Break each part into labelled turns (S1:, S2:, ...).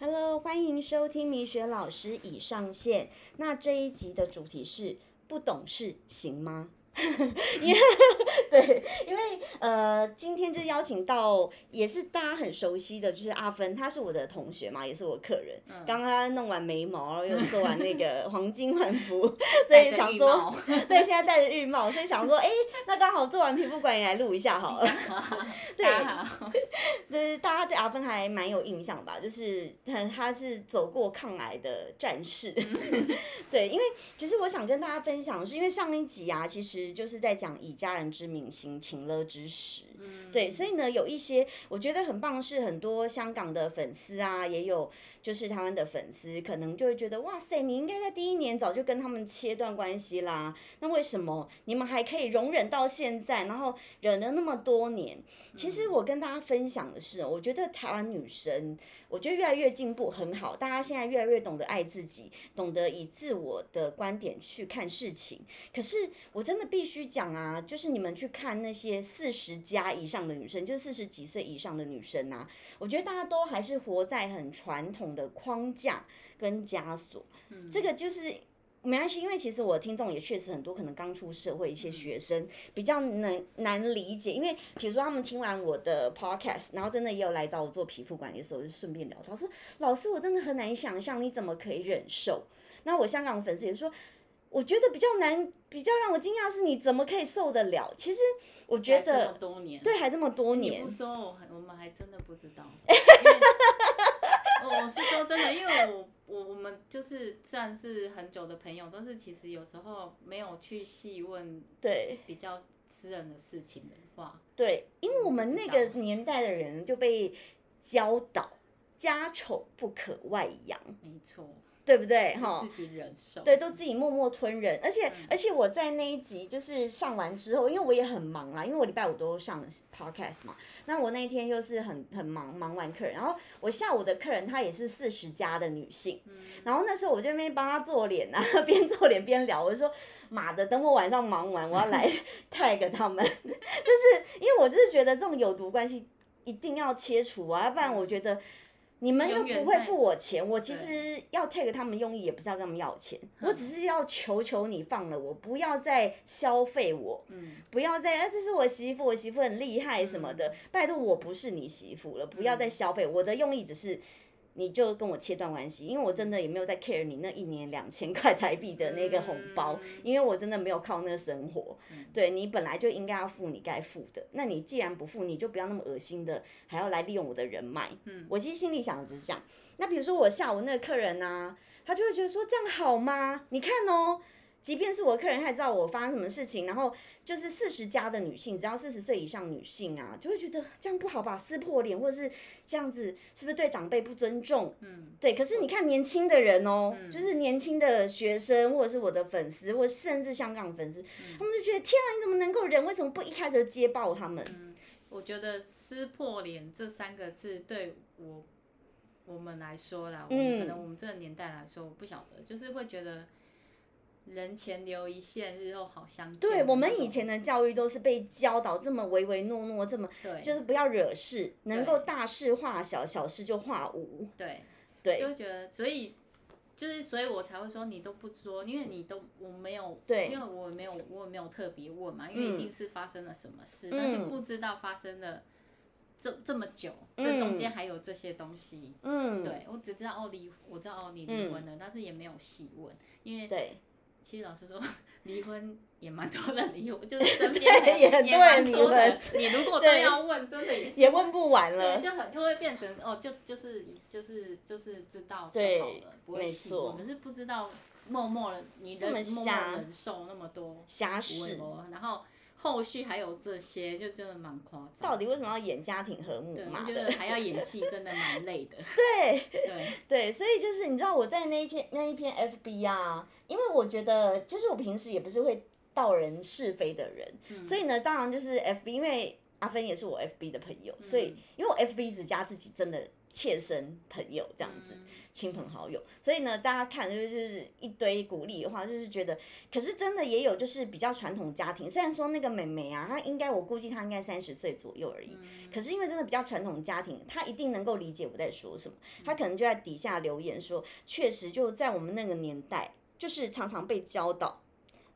S1: Hello，欢迎收听米雪老师已上线。那这一集的主题是不懂事行吗？ 因为 对，因为呃，今天就邀请到也是大家很熟悉的，就是阿芬，她是我的同学嘛，也是我客人。刚刚她弄完眉毛，然后又做完那个黄金环符，所以想说， 对，现在戴着浴帽，所以想说，哎、那刚好做完皮肤管理来录一下好了。 对，就是大家对阿芬还蛮有印象吧，就是他他是走过抗癌的战士， 对，因为其实我想跟大家分享的是，因为上一集啊，其实就是在讲以家人之名行情勒之实，对，所以呢，有一些我觉得很棒的是，很多香港的粉丝啊，也有就是台湾的粉丝，可能就会觉得哇塞，你应该在第一年早就跟他们切断关系啦，那为什么你们还可以容忍到现在，然后忍了那么多年？其实我跟大家分享的是，哦我觉得台湾女生，我觉得越来越进步，很好。大家现在越来越懂得爱自己，懂得以自我的观点去看事情。可是我真的必须讲啊，就是你们去看那些四十加以上的女生，就是四十几岁以上的女生啊，我觉得大家都还是活在很传统的框架跟枷锁。
S2: 嗯
S1: 这个就是没关系，因为其实我听众也确实很多，可能刚出社会一
S2: 嗯
S1: 些学生比较难难理解，因为比如说他们听完我的 podcast，然后真的也有来找我做皮肤管理的时候，就顺便聊，他说：“老师，我真的很难想象你怎么可以忍受。”那我香港粉丝也说。我觉得比较难，比较让我惊讶的是你怎么可以受得了？其实我觉
S2: 这
S1: 得
S2: 么，多年，
S1: 对，还这么多
S2: 你
S1: 年，
S2: 不说，我还我们还真的不知 道。因为哦我我是说真的，因为我我我们就是算是很久的朋友，但是其实有时候没有去细问
S1: 对，
S2: 比较私人的事情的话，
S1: 对，因为我们
S2: 嗯知
S1: 那
S2: 道
S1: 个年代的人就被教导“家丑不可外扬
S2: 没错，”，
S1: 对不对？
S2: 就
S1: 哈，
S2: 自己忍受。
S1: 哦对，都自己默默吞人。而
S2: 嗯
S1: 且、而且我在那一集就是上完之后，因为我也很忙啊啦，因为我礼拜五都上 podcast 嘛，那我那一天又是很很忙，忙完客人，然后我下午的客人她也是四十加的女性，
S2: 嗯
S1: 然后那时候我就在那边帮她做脸啊， 边做脸边聊，我就说妈的，等我晚上忙完，我要来 tag 他们， 就是因为我就是觉得这种有毒关系一定要切除啊，要不然我觉得。你们又
S2: 嗯永远
S1: 不会
S2: 在
S1: 付我钱，我其实要 tag 他们用意也不是要跟他们要钱，我只是要求求你放了我，不要再消费我。
S2: 嗯，
S1: 不要再啊，这是我媳妇，我媳妇很厉害什么的。拜托，我不是你媳妇了，不要再消费。我的用意只是，你就跟我切断关系，因为我真的也没有在 care 你那一年两千块台币的那个红包，
S2: 嗯
S1: 因为我真的没有靠那生活。对你本来就应该要付你该付的，那你既然不付，你就不要那么恶心的还要来利用我的人脉。嗯，我其实心里想的只是这样。那比如说我下午那个客人啊，他就会觉得说这样好吗？你看哦。即便是我的客人，他也知道我发生什么事情，然后就是四十加的女性，只要四十岁以上女性啊，就会觉得这样不好吧，撕破脸，或者是这样子，是不是对长辈不尊重？嗯，对。可是你看年轻的人哦、
S2: 嗯
S1: 就是年轻的学生，或者是我的粉丝，或者甚至香港粉丝，
S2: 嗯
S1: 他们就觉得天啊，你怎么能够忍？为什么不一开始就接爆他们？
S2: 我觉得“撕破脸”这三个字对我我们来说啦，我
S1: 嗯
S2: 们可能我们这个年代来说，我不晓得，就是会觉得人前留一线，日后好相见这种。
S1: 对我们以前的教育都是被教导这么唯唯诺诺，这么
S2: 对
S1: 就是不要惹事，能
S2: 对
S1: 够大事化小，小事就化无。
S2: 对
S1: 对
S2: 就会觉得，所以就是，所以我才会说你都不说，因为你都我没有，
S1: 对
S2: 因为我没有，我也没有特别问嘛，因为
S1: 嗯
S2: 一定是发生了什么事，但是
S1: 嗯
S2: 不知道发生了这这么久，
S1: 嗯
S2: 这中间还有这些东西。
S1: 嗯，
S2: 对，我只知道哦离，我知道哦你离婚了，但是也没有细问，因为
S1: 对。
S2: 其实老实说，离婚也蛮多人离婚，就是 身
S1: 对
S2: 边的
S1: 也很
S2: 也
S1: 多人
S2: 蛮
S1: 离
S2: 多的
S1: 婚。
S2: 你如 果都
S1: 对
S2: 要问，真的也是
S1: 也问不完
S2: 对，
S1: 了。
S2: 就很就会变成哦，就就是就是就是知道就
S1: 对
S2: 好了，不会
S1: 没
S2: 细
S1: 错
S2: 问。可是不知道默默的你
S1: 这么
S2: 忍默默
S1: 瞎
S2: 地忍受那么多
S1: 瑕
S2: 微
S1: 疵，
S2: 博，然后后续还有这些，就真的蛮夸张。
S1: 到底为什么要演家庭和睦
S2: 对，
S1: 嘛
S2: 我觉
S1: 的？
S2: 得还要演戏，真的蛮累的。
S1: 对
S2: 对，
S1: 对，所以就是你知道我在那一天那一篇 FB 啊，因为我觉得就是我平时也不是会道人是非的人，所以呢，当然就是 FB，因为阿芬也是我 FB 的朋友，所以因为我 FB 只加自己真的切身朋友这样子。
S2: 嗯
S1: 亲朋好友，所以呢，大家看就是就是一堆鼓励的话，就是觉得，可是真的也有就是比较传统家庭，虽然说那个妹妹啊，她应该我估计她应该三十岁左右而已，可是因为真的比较传统家庭，她一定能够理解我在说什么，她可能就在底下留言说，确实就在我们那个年代，就是常常被教导，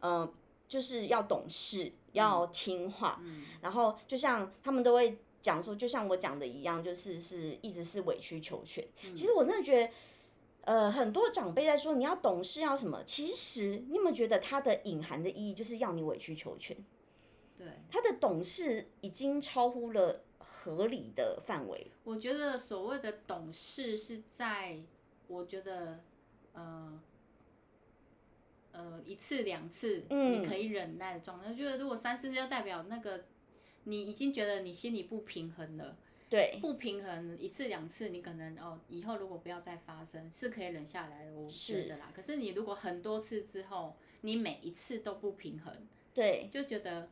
S1: 呃，就是要懂事，要听话，
S2: 嗯
S1: 然后就像他们都会讲说，就像我讲的一样，就是是一直是委曲求全。
S2: 嗯
S1: 其实我真的觉得，呃，很多长辈在说你要懂事要什么，其实你有没有觉得它的隐含的意义就是要你委曲求全？
S2: 对，
S1: 他的懂事已经超乎了合理的范围。
S2: 我觉得所谓的懂事是在，我觉得，呃，呃，一次两次
S1: 嗯
S2: 你可以忍耐的状态。就是如果三四次，就代表那个你已经觉得你心里不平衡了，
S1: 对，
S2: 不平衡一次两次，你可能哦，以后如果不要再发生，是可以忍下来的，我觉
S1: 是
S2: 得啦。可是你如果很多次之后，你每一次都不平衡，
S1: 对，
S2: 就觉得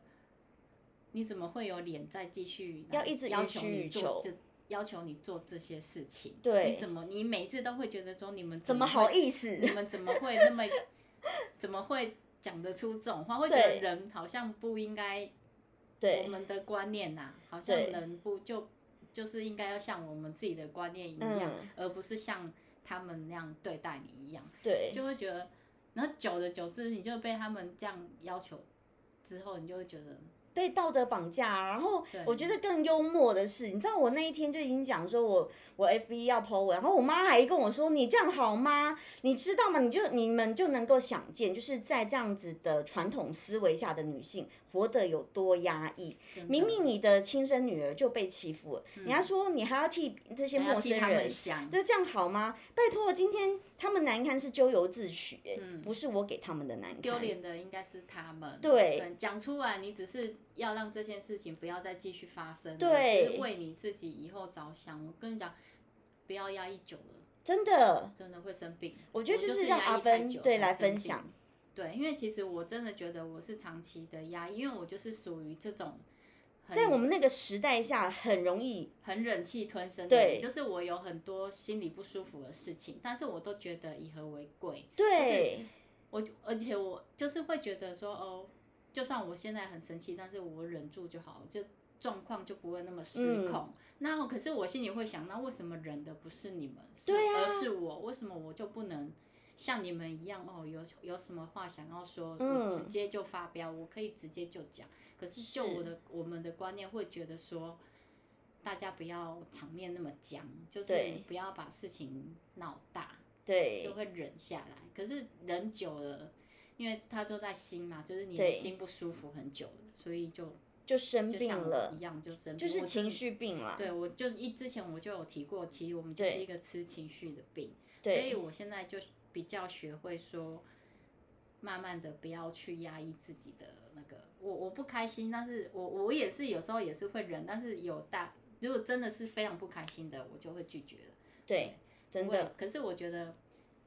S2: 你怎么会有脸再继续
S1: 要
S2: 来
S1: 一直
S2: 要
S1: 予
S2: 求
S1: 取
S2: 你
S1: 予
S2: 做
S1: 求
S2: 这要求你做这些事情？
S1: 对
S2: 你怎么你每次都会觉得说你们
S1: 怎么
S2: 会
S1: 好意思？
S2: 你们怎么会那么怎么会讲得出这种话？会觉
S1: 对
S2: 得人好像不应该，我
S1: 对，
S2: 们的观念呐、好像
S1: 对
S2: 人不就就是应该要像我们自己的观念一样，
S1: 嗯，
S2: 而不是像他们那样对待你一样。
S1: 对，
S2: 就会觉得，然后久而久之，你就被他们这样要求之后，你就会觉得，
S1: 被道德绑架。啊然后
S2: 对
S1: 我觉得更幽默的是，你知道我那一天就已经讲说我我 FB 要 po 文，然后我妈还跟我说你这样好吗？你知道吗？你就你们就能够想见，就是在这样子的传统思维下的女性活得有多压抑。
S2: 真的嗯
S1: 明明你的亲生女儿就被欺负了，你还说你还要替这些
S2: 还要
S1: 陌
S2: 替
S1: 生
S2: 他们
S1: 人。
S2: 想，
S1: 就这样好吗？拜托，今天他们难堪是咎由自取、欸，
S2: 嗯
S1: 不是我给他们的难堪。
S2: 丢脸的应该是他们。
S1: 对，
S2: 讲出来，你只是要让这件事情不要再继续发生了，
S1: 对
S2: 只是为你自己以后着想。我跟你讲，不要压抑久了，
S1: 真的，
S2: 真的会生病。
S1: 我觉得
S2: 就
S1: 就是
S2: 是
S1: 让
S2: 压
S1: 阿
S2: 抑太
S1: 芬
S2: 久
S1: 对
S2: 才
S1: 来
S2: 生
S1: 分
S2: 病
S1: 享。
S2: 对，因为其实我真的觉得我是长期的压抑，因为我就是属于这种很
S1: 在我们那个时代下，很容易
S2: 很忍气吞声的
S1: 对
S2: 人，就是我有很多心里不舒服的事情，但是我都觉得以和为贵。
S1: 对
S2: 我而且我就是会觉得说，哦，就算我现在很生气，但是我忍住就好，就状况就不会那么
S1: 嗯
S2: 失控。那可是我心里会想，那为什么忍的不是你们，是
S1: 对啊
S2: 而是我？为什么我就不能？像你们一样哦，有有什么话想要说，
S1: 嗯
S2: 我直接就发飙，我可以直接就讲。可是就是我的我们的观念会觉得说，大家不要场面那么僵，就是
S1: 对
S2: 不要把事情闹大。
S1: 对
S2: 就会忍下来。可是忍久了，因为它都在心嘛，就是你
S1: 对
S2: 的心不舒服很久了，所以就
S1: 就生
S2: 就
S1: 病
S2: 像我
S1: 了
S2: 一，样就生病，
S1: 就是
S2: 我
S1: 情。绪病啦。
S2: 对，我就一之前我就有提过，其实我们就是
S1: 对
S2: 一个吃情绪的病，所以
S1: 对
S2: 我现在就比较学会说，慢慢的不要去压抑自己的那个，我我不开心，但是我我也是有时候也是会忍，但是有大如果真的是非常不开心的，我就会拒绝了。
S1: 对，真
S2: 不会
S1: 的，
S2: 可是我觉得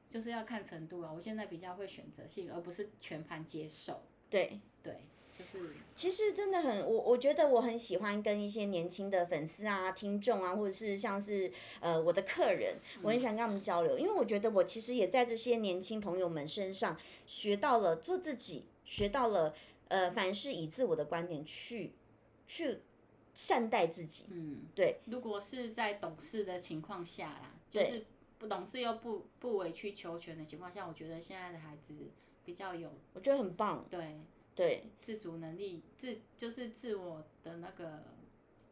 S2: 就是要看程度啊，我现在比较会选择性，而不是全盘接受。
S1: 对。
S2: 对，就是
S1: 其实真的很，我我觉得我很喜欢跟一些年轻的粉丝啊、听众啊，或者是像是呃我的客人，我
S2: 嗯
S1: 很喜欢跟他们交流，因为我觉得我其实也在这些年轻朋友们身上学到了做自己，学到了呃凡事以自我的观点去去善待自己。
S2: 嗯，
S1: 对。
S2: 如果是在懂事的情况下啦，就是不懂事又不不委曲求全的情况下，我觉得现在的孩子比较有
S1: 我觉得很棒，
S2: 对
S1: 对。
S2: 自主能力，自就是自我的那个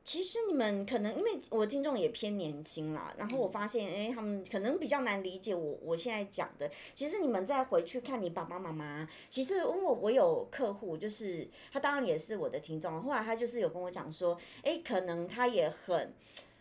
S1: 其实你们可能因为我听众也偏年轻啦，然后我发现，哎、他们可能比较难理解我我现在讲的。其实你们再回去看你爸爸妈妈，其实因为我我有客户，就是他当然也是我的听众，啊后来他就是有跟我讲说，哎、可能他也很，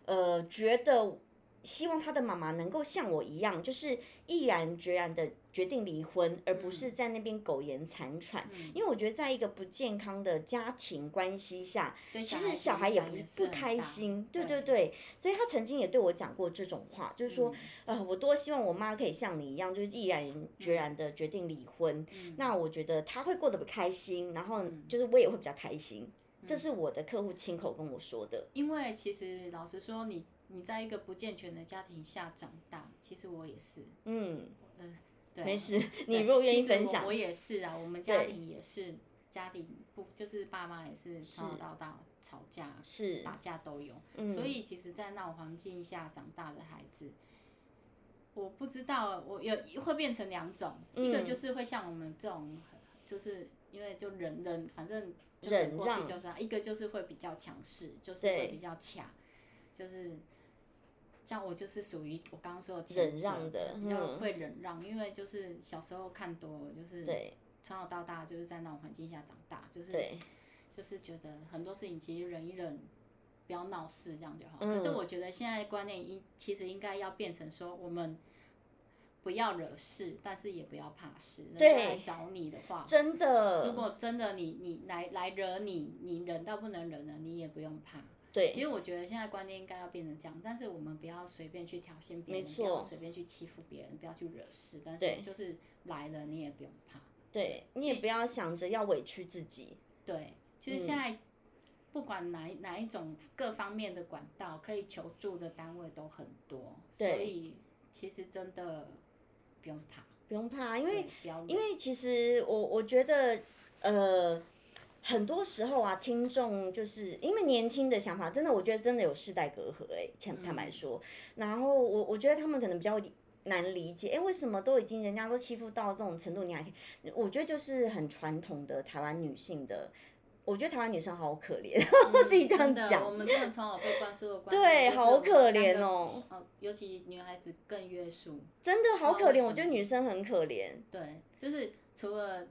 S1: 呃，觉得希望他的妈妈能够像我一样，就是毅然决然的决定离婚，而不是在那边苟延残喘。
S2: 嗯
S1: 因为我觉得在一个不健康的家庭关系下，
S2: 对
S1: 其
S2: 小
S1: 实
S2: 孩
S1: 小孩
S2: 孩
S1: 也
S2: 影
S1: 不
S2: 响是
S1: 不
S2: 很
S1: 开
S2: 大
S1: 心，对对对，所以他曾经也对我讲过这种话，就是说，
S2: 嗯
S1: 呃，我多希望我妈可以像你一样，就是毅然决然的决定离婚，
S2: 嗯
S1: 那我觉得她会过得不开心，然后就是我也
S2: 嗯
S1: 会比较开心，这是我的客户亲口跟我说的，
S2: 因为其实老实说，你你在一个不健全的家庭下长大，其实我也是，
S1: 嗯，
S2: 嗯、对啊，
S1: 没事， 你
S2: 对
S1: 如果愿
S2: 其
S1: 意
S2: 实
S1: 分
S2: 我
S1: 享
S2: 我，也是啊，我们家
S1: 对
S2: 庭也是，家庭不就是爸妈也是从小
S1: 是
S2: 到大吵架、
S1: 是，
S2: 打架都有，
S1: 嗯，
S2: 所以其实，在那种环境下长大的孩子，我不知道，我有会变成两种，一个
S1: 嗯
S2: 就是会像我们这种，就是因为就忍忍，反正就
S1: 忍
S2: 忍过去
S1: 让
S2: 就是这样，一个就是会比较强势，就是会
S1: 对
S2: 比较卡，就是。像我就是属于我刚刚说的前
S1: 忍
S2: 者
S1: 让的
S2: 比较
S1: 嗯
S2: 会忍让，因为就是小时候看多了，就是
S1: 对
S2: 从小到大就是在那种环境下长大，就是
S1: 对
S2: 就是觉得很多事情其实忍一忍，不要闹事这样就好。
S1: 嗯
S2: 可是我觉得现在观念应其实应该要变成说，我们不要惹事，但是也不要怕事。人
S1: 对
S2: 家来找你的话，
S1: 真
S2: 如
S1: 的，
S2: 果真的你你来来惹你，你忍到不能忍了，你也不用怕。其
S1: 对
S2: 实我觉得现在观念应该要变成这样，但是我们不要随便去挑衅别
S1: 没
S2: 人，不
S1: 错
S2: 要随便去欺负别人，不要去惹事。但
S1: 对
S2: 是就是来了，你也不用怕。
S1: 对，你也不要想着要委屈自己，
S2: 对，就是
S1: 嗯
S2: 现在不管哪一哪一种各方面的管道，可以求助的单位都很多，所
S1: 对
S2: 以其实真的不用怕，
S1: 不用怕，因为
S2: 对不要
S1: 因
S2: 忍
S1: 为其实我我觉得，呃，很多时候啊，听众就是因为年轻的想法，真的我觉得真的有世代隔阂哎、欸，坦坦
S2: 嗯
S1: 白说，然后我我觉得他们可能比较理难理解，哎、为什么都已经人家都欺负到这种程度，你还可以？我觉得就是很传统的台湾女性的。我觉得台湾女生好可怜， 我自己这样
S2: 嗯真的
S1: 讲
S2: 我们真的从小被灌输的观
S1: 对
S2: 念就是
S1: 好
S2: 我们
S1: 可
S2: 当个
S1: 怜哦
S2: 哦，尤其女孩子更约束，
S1: 真的好
S2: 不知道
S1: 可
S2: 为
S1: 怜。
S2: 什
S1: 我觉得
S2: 么
S1: 女生很可怜，
S2: 对，就是除了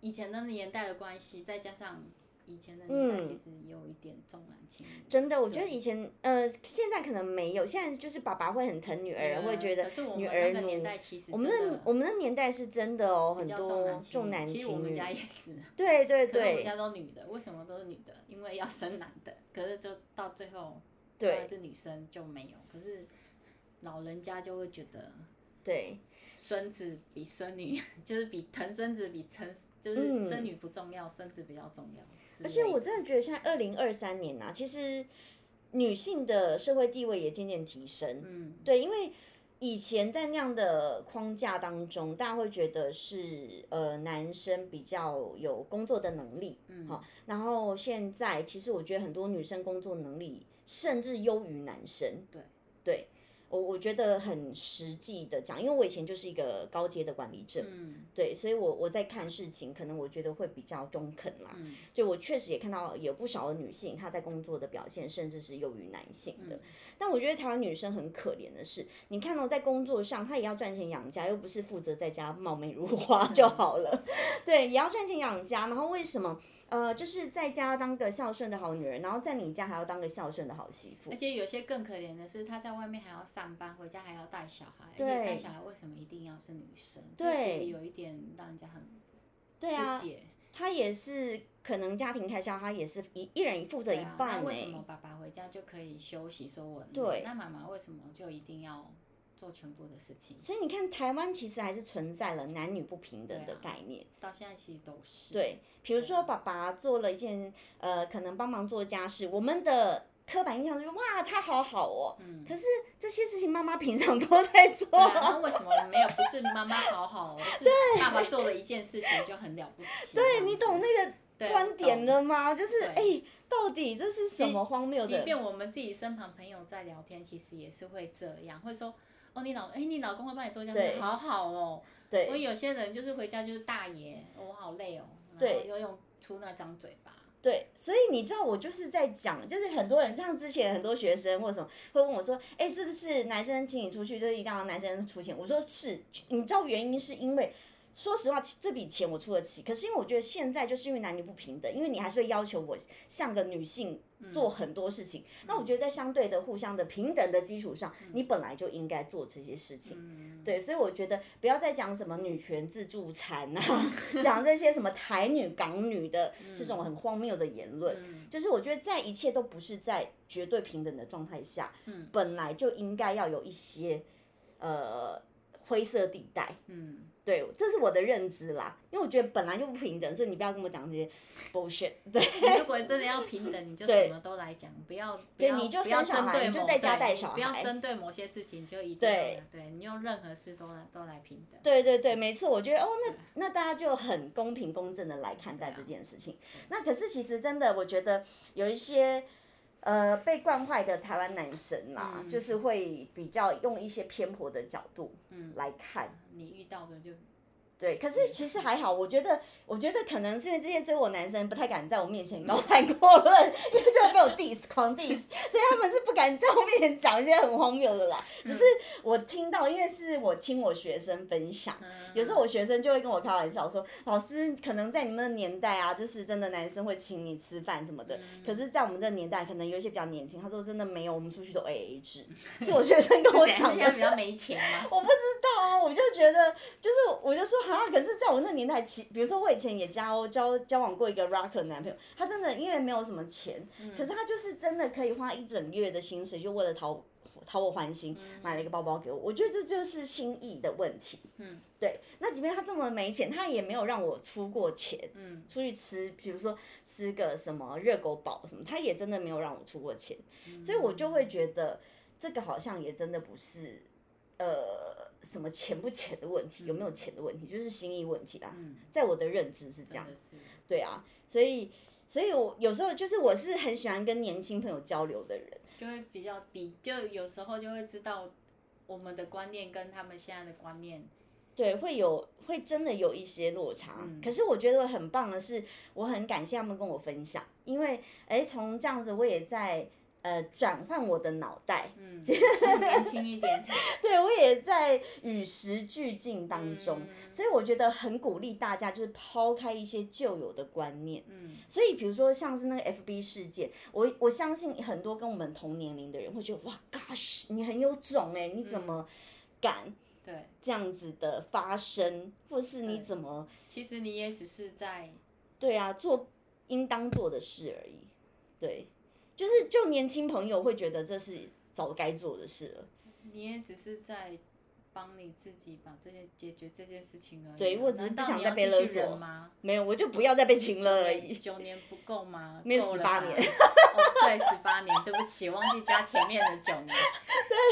S2: 以前的年代的关系，再加上以前的年代
S1: 嗯
S2: 其实有一点重男轻女，
S1: 真的。我觉得
S2: 对
S1: 以前呃，现在可能没有，现在就是爸爸会很疼女儿，会觉得
S2: 啊可是我
S1: 女
S2: 们
S1: 儿
S2: 那
S1: 奴
S2: 个。年代其实
S1: 我们
S2: 真
S1: 那
S2: 的
S1: 我们那年代是真的哦，很
S2: 比较
S1: 多
S2: 重男轻
S1: 重
S2: 女
S1: 男
S2: 其实我
S1: 轻
S2: 们
S1: 女
S2: 家，也是，啊
S1: 对对
S2: 可是我们
S1: 对
S2: 家都女的，为什么都是女的？因为要生男的，可是就到最后当然
S1: 对
S2: 是女生就没有，可是老人家就会觉得
S1: 对
S2: 孙子比孙女 就是比疼孙子比疼就是
S1: 嗯
S2: 孙女不重要，孙子比较重要之类的。
S1: 而且我真的觉得现在二零二三年啊，其实女性的社会地位也渐渐提升，
S2: 嗯
S1: 对，因为以前在那样的框架当中，大家会觉得是呃男生比较有工作的能力，
S2: 嗯
S1: 好，然后现在其实我觉得很多女生工作能力甚至优于男生，
S2: 对
S1: 对。我我觉得很实际的讲，因为我以前就是一个高阶的管理者，
S2: 嗯
S1: 对，所以我我在看事情，可能我觉得会比较中肯啦。
S2: 嗯
S1: 所以我确实也看到有不少的女性，她在工作的表现甚至是优于男性
S2: 嗯
S1: 的。但我觉得台湾女生很可怜的是，你看哦，在工作上她也要赚钱养家，又不是负责在家貌美如
S2: 嗯
S1: 花就好了， 对，也要赚钱养家。然后为什么呃，就是在家当个孝顺的好女人，然后在你家还要当个孝顺的好媳妇
S2: 而？且有些更可怜的是，她在外面还要上班，回家还要带小孩，而且带小孩为什么一定要是女生？这
S1: 对
S2: 其实有一点让人家很
S1: 对
S2: 不
S1: 啊，
S2: 解。
S1: 她也是可能家庭开销，她也是一一人负责一
S2: 对啊
S1: 半
S2: 那
S1: 呢、
S2: 为什么爸爸回家就可以休息，说我很累
S1: 对
S2: 那妈妈为什么就一定要做全部的事情？
S1: 所以你看，台湾其实还是存在了男女不平等
S2: 对
S1: 的
S2: 啊
S1: 概念。
S2: 到现在其实都是
S1: 对，比如说爸爸做了一件呃，可能帮忙做家事，我们的刻板印象就是哇，他好好哦。
S2: 嗯
S1: 可是这些事情妈妈平常 都在做。
S2: 对啊，那为什么没有不是妈妈好好，是爸爸做了一件事情就很了不起？
S1: 对你懂
S2: 那
S1: 那个观点了吗？就是哎、
S2: 对
S1: 到底这是什么荒谬
S2: 即
S1: 的？
S2: 便我们自己身旁朋友在聊天，其实也是会这样，会说哦，你老哎、你老公会帮你做家
S1: 对
S2: 事，好好哦。我
S1: 对
S2: 有些人就是回家就是大爷，我好累哦，然后
S1: 对
S2: 又用出那张嘴巴，
S1: 对，所以你知道我就是在讲，就是很多人像之前很多学生或什么会问我说，哎、是不是男生请你出去就是一定要男生出钱？我说是，你知道原因是因为。说实话，这笔钱我出得起，可是因为我觉得现在就是因为男女不平等，因为你还是会要求我像个女性做很多事情。那我觉得在相对的互相的平等的基础上，你本来就应该做这些事情。
S2: 嗯，
S1: 对，所以我觉得不要再讲什么女权自助餐啊， 讲这些什么台女、港女的这种很荒谬的言论。
S2: 嗯
S1: 就是我觉得在一切都不是在绝对平等的状态下，
S2: 嗯
S1: 本来就应该要有一些呃灰色地带。
S2: 嗯，
S1: 对，这是我的认知啦，因为我觉得本来就不平等，所以你不要跟我讲这些 bullshit。对，
S2: 你如果真的要平等，你就
S1: 对
S2: 什么都来讲，不要不
S1: 对
S2: 要
S1: 你就
S2: 不要
S1: 生小
S2: 针
S1: 孩
S2: 对
S1: 你就
S2: 某
S1: 在家
S2: 对
S1: 带
S2: 你
S1: 小
S2: 不要
S1: 孩
S2: 针对某些事情你就一定
S1: 对
S2: 要对你用任何事都来都来平等。
S1: 对对对，没错，我觉得哦，
S2: 对
S1: 那那大家就很公平公正的来看待
S2: 对啊
S1: 这件事情。那可是其实真的，我觉得有一些呃被惯坏的台湾男生啦、
S2: 嗯
S1: 就是会比较用一些偏颇的角度
S2: 嗯，
S1: 来看。
S2: 你遇到的就
S1: 对，可是其实还好，我觉得，我觉得可能是因为这些追我男生不太敢在我面前高谈阔论， 因为就会被我 diss 狂 diss，所以他们是不敢在我面前讲一些很荒谬的啦。
S2: 嗯
S1: 只是我听到，因为是我听我学生分享，
S2: 嗯，
S1: 有时候我学生就会跟我开玩笑说，老师可能在你们的年代啊，就是真的男生会请你吃饭什么
S2: 嗯
S1: 的，可是，在我们这个年代，可能有一些比较年轻，他说真的没有，我们出去都 A A 制，是我学生跟我
S2: 是怎
S1: 讲
S2: 样是
S1: 的
S2: 现在。比较没钱嘛，
S1: 我不知道啊，我就觉得，就是我就说哈，可是在我那年代，其比如说我以前也交交交往过一个 rocker 男朋友，他真的因为没有什么钱，
S2: 嗯
S1: 可是他就是真的可以花一整月的薪水，就为了讨讨我欢心，买了一个包包给我。我觉得这就是心意的问题。
S2: 嗯，
S1: 对。那即便他这么没钱，他也没有让我出过钱。
S2: 嗯，
S1: 出去吃，比如说吃个什么热狗堡什么，他也真的没有让我出过钱，所以我就会觉得这个好像也真的不是呃什么钱不钱的问题，有没有钱的问题，就是心意问题啦。
S2: 嗯
S1: 在我的认知是这
S2: 真
S1: 样，
S2: 的是，
S1: 对啊，所以所以我有时候就是我是很喜欢跟年轻朋友交流的人，
S2: 就会比较比，就有时候就会知道我们的观念跟他们现在的观念，
S1: 对，会有会真的有一些落差。
S2: 嗯
S1: 可是我觉得很棒的是，我很感谢他们跟我分享，因为哎，从这样子我也在呃转换我的脑袋，
S2: 嗯，年轻一点，
S1: 对我也在与时俱进当中，
S2: 嗯
S1: 所以我觉得很鼓励大家就是抛开一些旧有的观念。
S2: 嗯
S1: 所以，比如说像是那个 FB 事件，我我相信很多跟我们同年龄的人会觉得，哇，gosh，你很有种哎、你怎么敢
S2: 嗯对，
S1: 这样子的发声，或是你
S2: 对
S1: 怎么
S2: 其实你也只是在，
S1: 对啊，做应当做的事而已。对，就是就年轻朋友会觉得这是早该做的事了。
S2: 你也只是在。帮你自己把这些解决这件事情而已啊。
S1: 对我只是不
S2: 难道
S1: 想
S2: 你
S1: 再
S2: 要
S1: 被
S2: 继
S1: 勒
S2: 续忍
S1: 索
S2: 吗？
S1: 没有，我就不要再被请了而已。
S2: 九年不够吗？
S1: 没有
S2: 够了吧
S1: 18年
S2: 哦，对，十八年，对不起，忘记加前面的 九年，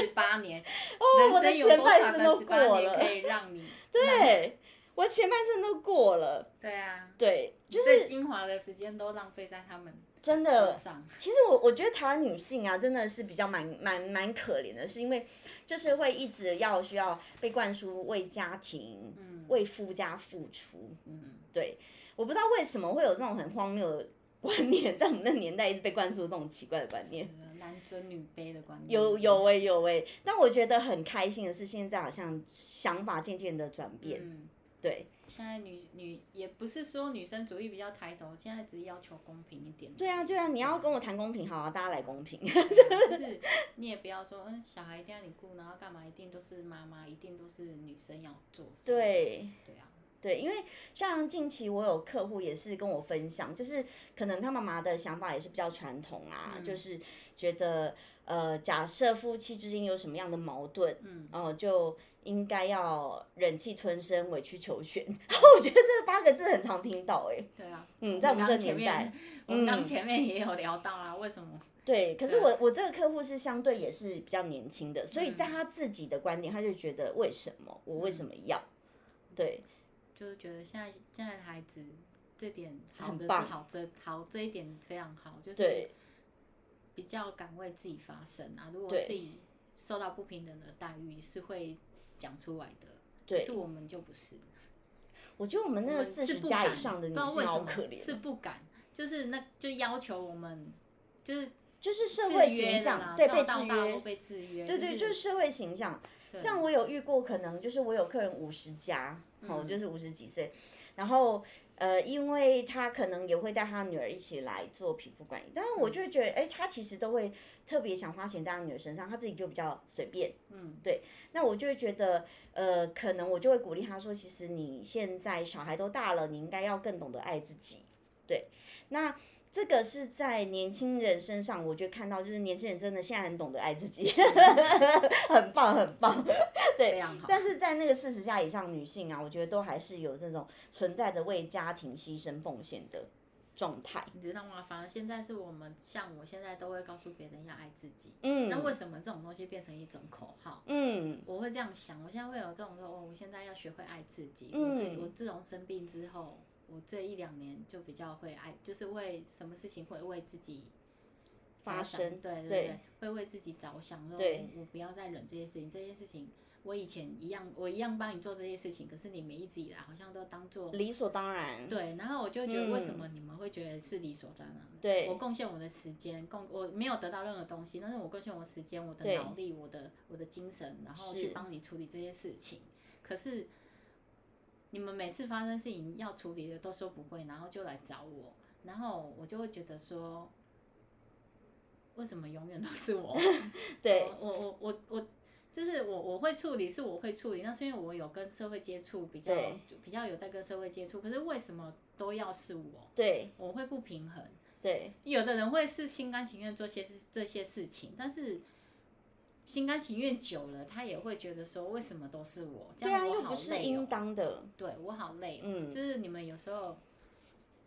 S2: 十八年。
S1: 我
S2: 哦
S1: 的
S2: 有
S1: 前
S2: 多
S1: 半
S2: 少
S1: 生
S2: 个
S1: 都
S2: 十
S1: 过
S2: 八年
S1: 了
S2: 可以让你？
S1: 对，我前半生都过了。
S2: 对啊，
S1: 对，就
S2: 最
S1: 是
S2: 精华的时间都浪费在他们
S1: 真
S2: 身
S1: 的。
S2: 上。
S1: 其实我我觉得台湾女性啊，真的是比较蛮蛮蛮可怜的，是因为就是会一直要需要被灌输为家庭、
S2: 嗯
S1: 为夫家付出。
S2: 嗯，
S1: 对，我不知道为什么会有这种很荒谬的 观念，在我们那年代一直被灌输这种奇怪的观念。
S2: 就是男尊女卑的观念。
S1: 有有喂、有喂、但我觉得很开心的是，现在好像想法渐渐的转变。
S2: 嗯，
S1: 对
S2: 现在女女也不是说女生主义比较抬头，现在只是要求公平一点。
S1: 对啊对啊，你要跟我谈公平，好啊，大家来公平。
S2: 对啊就是你也不要说，嗯，小孩一定要你顾，然后干嘛一定都是妈妈，一定都是女生要做。
S1: 对，
S2: 对啊，
S1: 对，因为像近期我有客户也是跟我分享，就是可能他妈妈的想法也是比较传统啊，
S2: 嗯
S1: 就是觉得呃，假设夫妻之间有什么样的矛盾，
S2: 嗯，
S1: 哦、就应该要忍气吞声、委曲求全。 我觉得这八个字很常听到、欸，
S2: 对啊，
S1: 嗯在我们
S2: 刚
S1: 这个
S2: 前
S1: 年代
S2: 面，我们刚
S1: 嗯
S2: 前面也有聊到啊啦，为什么？
S1: 对，可是
S2: 对
S1: 我我这个客户是相对也是比较年轻的，所以在
S2: 嗯
S1: 他自己的观点，他就觉得为什么我为什么要？对，
S2: 就是觉得现在现在的孩子这点好
S1: 很
S2: 的是
S1: 棒
S2: 好这好这一点非常好，就是
S1: 对
S2: 比较敢为自己发声啊。如果
S1: 对
S2: 自己受到不平等的待遇，是会讲出来的。
S1: 对
S2: 可是我们就不是，
S1: 我觉得我们那
S2: 我
S1: 个
S2: 们
S1: 四
S2: 是
S1: 十
S2: 不
S1: 加
S2: 敢，
S1: 以上的女
S2: 不知道
S1: 性
S2: 为什
S1: 好
S2: 么
S1: 可怜
S2: 是
S1: 哦，
S2: 不敢，就是那就要求我们就是
S1: 就是社
S2: 制
S1: 会
S2: 约
S1: 形
S2: 的
S1: 象
S2: 啦
S1: 对
S2: 从
S1: 被
S2: 小
S1: 制
S2: 到大都
S1: 约，
S2: 被制约，
S1: 对对，就是社会形象。
S2: 对
S1: 像我有遇过，可能就是我有客人五十加，哦，
S2: 嗯
S1: 就是五十几岁，然后呃，因为他可能也会带他女儿一起来做皮肤管理，但是
S2: 嗯
S1: 我就会觉得，哎、他其实都会特别想花钱在他女儿身上，他自己就比较随便。
S2: 嗯
S1: 那我就会觉得，呃，可能我就会鼓励他说，其实你现在小孩都大了，你应该要更懂得爱自己。对，那这个是在年轻人身 上，我就看到，就是年轻人真的现在很懂得爱自己，很棒，很棒。
S2: 非常好。
S1: 但是在那个四十下以上女性啊，我觉得都还是有这种存在着为家庭牺牲奉献的状态。
S2: 你知道吗？反而现在是我们像我现在都会告诉别人要爱自己，
S1: 嗯，
S2: 那为什么这种东西变成一种口号？
S1: 嗯
S2: 我会这样想，我现在会有这种说，哦，我现在要学会爱自己。我最
S1: 嗯
S2: 我自从生病之后，我这一两年就比较会爱，就是为什么事情会为自己
S1: 发
S2: 着想
S1: 生
S2: 对对
S1: 对
S2: 对，会为自己着想，说
S1: 对
S2: 我我不要再忍这些事情，这些事情我以前一样，我一样帮你做这些事情，可是你们一直以来好像都当做
S1: 理所当然。
S2: 对，然后我就会觉得为什
S1: 嗯
S2: 么你们会觉得是理所当然的？
S1: 对
S2: 我贡献我的时间，贡我没有得到任何东西，但是我贡献我的时间、我的
S1: 对
S2: 脑力、我的我的精神，然后
S1: 是
S2: 去帮你处理这些事情。可是你们每次发生事情要处理的都说不会，然后就来找我，然后我就会觉得说，为什么永远都是我？ 哦
S1: 对
S2: 我我我我就是我我会处理，是我会处理，那是因为我有跟社会接触，比较
S1: 对
S2: 比较有在跟社会接触。可是为什么都要是我？
S1: 对
S2: 我会不平衡。
S1: 对
S2: 有的人会是心甘情愿做些事这些事情，但是心甘情愿久了，他也会觉得说，为什么都是我？这
S1: 对啊，
S2: 样我
S1: 又
S2: 好
S1: 不是
S2: 累、
S1: 应
S2: 哦。
S1: 当的。
S2: 对我好累、哦。
S1: 嗯
S2: 就是你们有时候，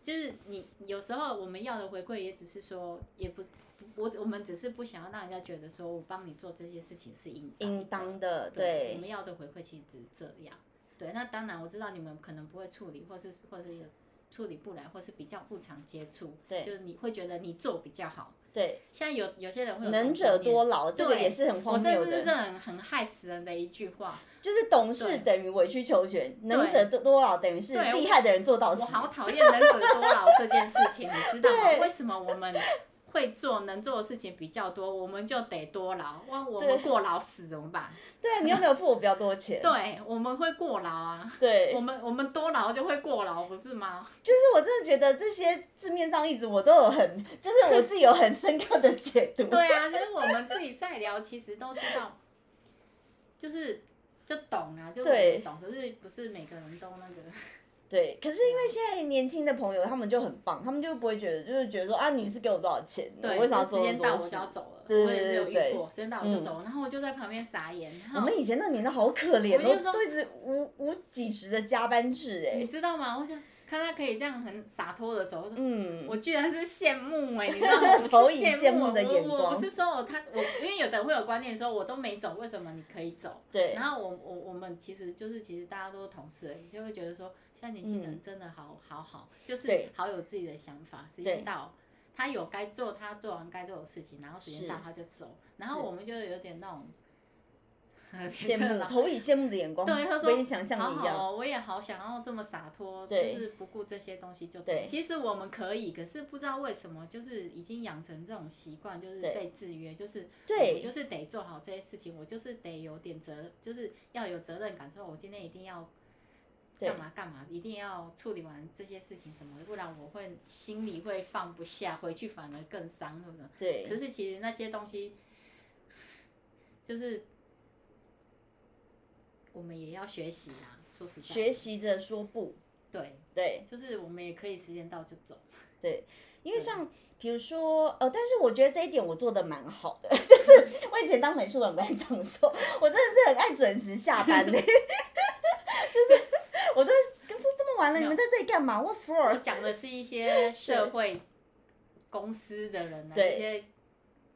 S2: 就是你有时候我们要的回馈也只是说，也不，我我们只是不想要让人家觉得说我帮你做这些事情是应
S1: 应当的，
S2: 对，我
S1: 对
S2: 们要的回馈其实只是这样。对，那当然我知道你们可能不会处理，或是或是处理不来，或是比较不常接触，
S1: 对
S2: 就是你会觉得你做比较好。
S1: 对，
S2: 现在有有些人会有这种
S1: 能者
S2: 观念
S1: 多劳，这个
S2: 对
S1: 也是很
S2: 我
S1: 荒
S2: 这
S1: 谬
S2: 个是
S1: 的
S2: 真。的很很害死人的一句话。
S1: 就是懂事
S2: 对
S1: 等于委曲求全，能者多多劳等于是
S2: 对
S1: 厉害的人做到死
S2: 我。好讨厌能者多劳这件事情，你知道吗？
S1: 对
S2: 为什么我们会做能做的事情比较多，我们就得多劳？哇，我
S1: 对
S2: 们过劳死怎么办？
S1: 对啊你又没有付我比较多钱。
S2: 对，我们会过劳啊。
S1: 对
S2: 我，们我们多劳就会过劳，不是吗？
S1: 就是我真的觉得这些字面上意思我都有很，就是我自己有很深刻的解读。
S2: 对啊，就是我们自己在聊，其实都知道，就是就懂啊，就我
S1: 对
S2: 们懂，可是不是每个人都那个。
S1: 对，可是因为现在年轻的朋友他们就很棒，他们就不会觉得，就是觉得说啊，你是给我多少钱，我
S2: 对，
S1: 为 啥要
S2: 就
S1: 做那么
S2: 时间
S1: 多
S2: 到我
S1: 事
S2: 就？要走了，
S1: 对
S2: 我也是有
S1: 对对嗯
S2: 遇过，时间到我就走了，然后我就在旁边傻眼，然
S1: 我
S2: 后
S1: 们以前那年代好可怜
S2: 我就
S1: 哦，
S2: 说
S1: 都一直无无几职的加班制哎、
S2: 你知道吗？我想看他可以这样很洒脱的走，我说。
S1: 嗯，
S2: 我居然是羡慕哎、你知 道吗？
S1: 投
S2: 我
S1: 以
S2: 是
S1: 羡慕
S2: 慕欸
S1: 的眼
S2: 我我
S1: 光
S2: 不是说我他我，因为有的人会有观念说，我都没走，为什么你可以走？
S1: 对
S2: 然后我我我们其实就是其实大家都是同事而已，就会觉得说现在年轻人真的好、好好，就是
S1: 对
S2: 好有自己的想法。时
S1: 对
S2: 间到，他有该做他做完该做的事情，然后时
S1: 是
S2: 间到他就走，然
S1: 是
S2: 后我们就有点那种
S1: 羡
S2: 羡
S1: 慕投以羡慕的眼光，
S2: 对，他
S1: 我
S2: 说
S1: 也想像
S2: 好
S1: 你一样，
S2: 好、哦，我也好想要这么洒脱，就
S1: 对
S2: 是不顾这些东西就
S1: 对
S2: 其实我们可以，可是不知道为什么，就是已经养成这种习惯，就是
S1: 对
S2: 被制约，就是
S1: 对
S2: 我就是得做好这些事情，我就是得有点责，就是要有责任感，说我今天一定要。
S1: 对
S2: 干嘛干嘛，一定要处理完这些事情什么的，不然我会心里会放不下，回去反而更伤，或者什么。可
S1: 对
S2: 是其实那些东西，就是我们也要学习啦。说实在，
S1: 学习着说不，
S2: 对，
S1: 对
S2: 就是我们也可以时间到就走。
S1: 对，因为
S2: 对
S1: 像比如说呃，但是我觉得这一点我做的蛮好的， 就是我以前当美术馆馆长的时候，我真的是很爱准时下班的、 就是我都是说这么晚了，
S2: 没有
S1: 你们在这里干嘛？What
S2: 我
S1: for？
S2: 讲的是一些社会公司的人啊，
S1: 对
S2: 一些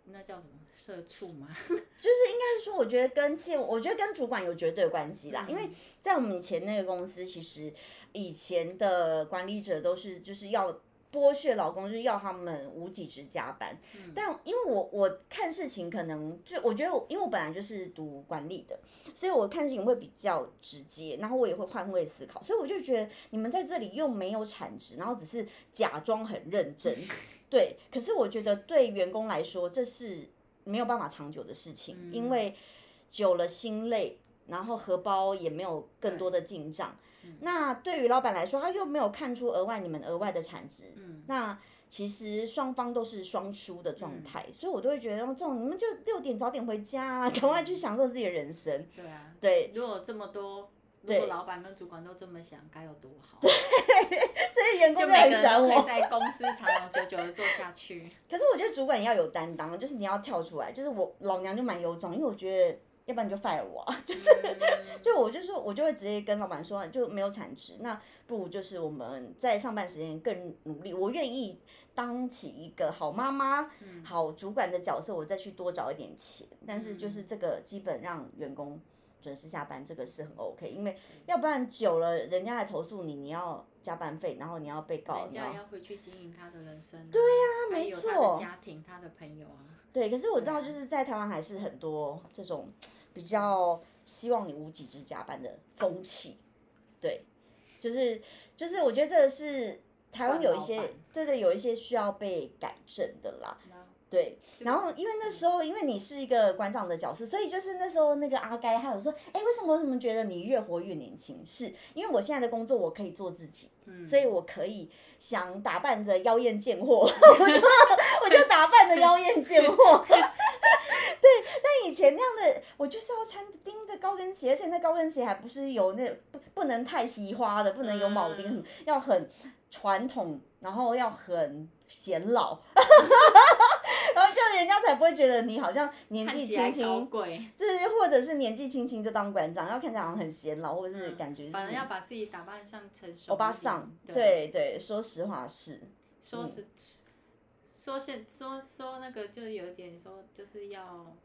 S2: 那叫什么社畜吗？
S1: 就是应该是说，我觉得跟企业，我觉得跟主管有绝对关系啦，
S2: 嗯
S1: 啊因为在我们以前那个公司，其实以前的管理者都是就是要剥削劳工，就是要他们无给职加班。但因为我我看事情可能就我觉得我，因为我本来就是读管理的，所以我看事情会比较直接，然后我也会换位思考，所以我就觉得你们在这里又没有产值，然后只是假装很认真，对。可是我觉得对员工来说，这是没有办法长久的事情，因为久了心累，然后荷包也没有更多的进账。
S2: 嗯
S1: 那对于老板来说，他又没有看出额外你们额外的产值，
S2: 嗯
S1: 那其实双方都是双输的状态，所以我都会觉得哦这种你们就六点早点回家、啊，赶快去享受自己的人生。
S2: 对啊，
S1: 对，
S2: 如果这么多。如果老板跟主管都这么想，该有多好！啊
S1: 所以员工
S2: 就
S1: 都很
S2: 每个
S1: 喜
S2: 人
S1: 欢
S2: 都可
S1: 我。
S2: 以在公司长长久久的做下去。
S1: 可是我觉得主管要有担当，就是你要跳出来，就是我老娘就蛮有种，因为我觉得。要不然你就 fire 我、啊， 就是
S2: 嗯
S1: 就我就说，我就会直接跟老板说，就没有产值，那不如就是我们在上班时间更努力，我愿意当起一个好妈妈、好主管的角色，我再去多找一点钱。但是就是这个基本让员工准时下班，这个是很 OK，因为要不然久了人家来投诉你，你要加班费，然后你要被告，
S2: 人
S1: 你
S2: 家
S1: 要
S2: 要回去经营他的人生、对呀、
S1: 没
S2: 有他
S1: 错
S2: 的家庭，他的朋友啊，
S1: 对，可是我知道，就是在台湾还是很多这种比较希望你无几只加班的风气，对，就是就是我觉得这个是台湾有一些
S2: 惯老板
S1: 对对有一些需要被改正的啦，
S2: 那
S1: 对。然后因为那时候因为你是一个馆长的角色，所以就是那时候那个阿该他有说，哎，为什么我怎么觉得你越活越年轻？是因为我现在的工作我可以做自己，
S2: 嗯，
S1: 所以我可以想打扮着妖艳贱货，我就我就打扮着妖艳贱货。 对，但以前那样的，我就是要穿盯着高跟鞋，而且那高跟鞋还不是有那不不能太稀花的，不能有铆钉什么，要很传统，然后要很显老， 然后就人家才不会觉得你好像年
S2: 看
S1: 纪
S2: 起来
S1: 轻
S2: 高
S1: 轻，
S2: 贵，
S1: 就是或者是年纪轻轻就当馆长，要看起来好像很显老，或者是感觉是
S2: 嗯反正要把自己打扮像成熟欧
S1: 巴桑，对对，说实话是，
S2: 说是、说现说说那个就有点说就是要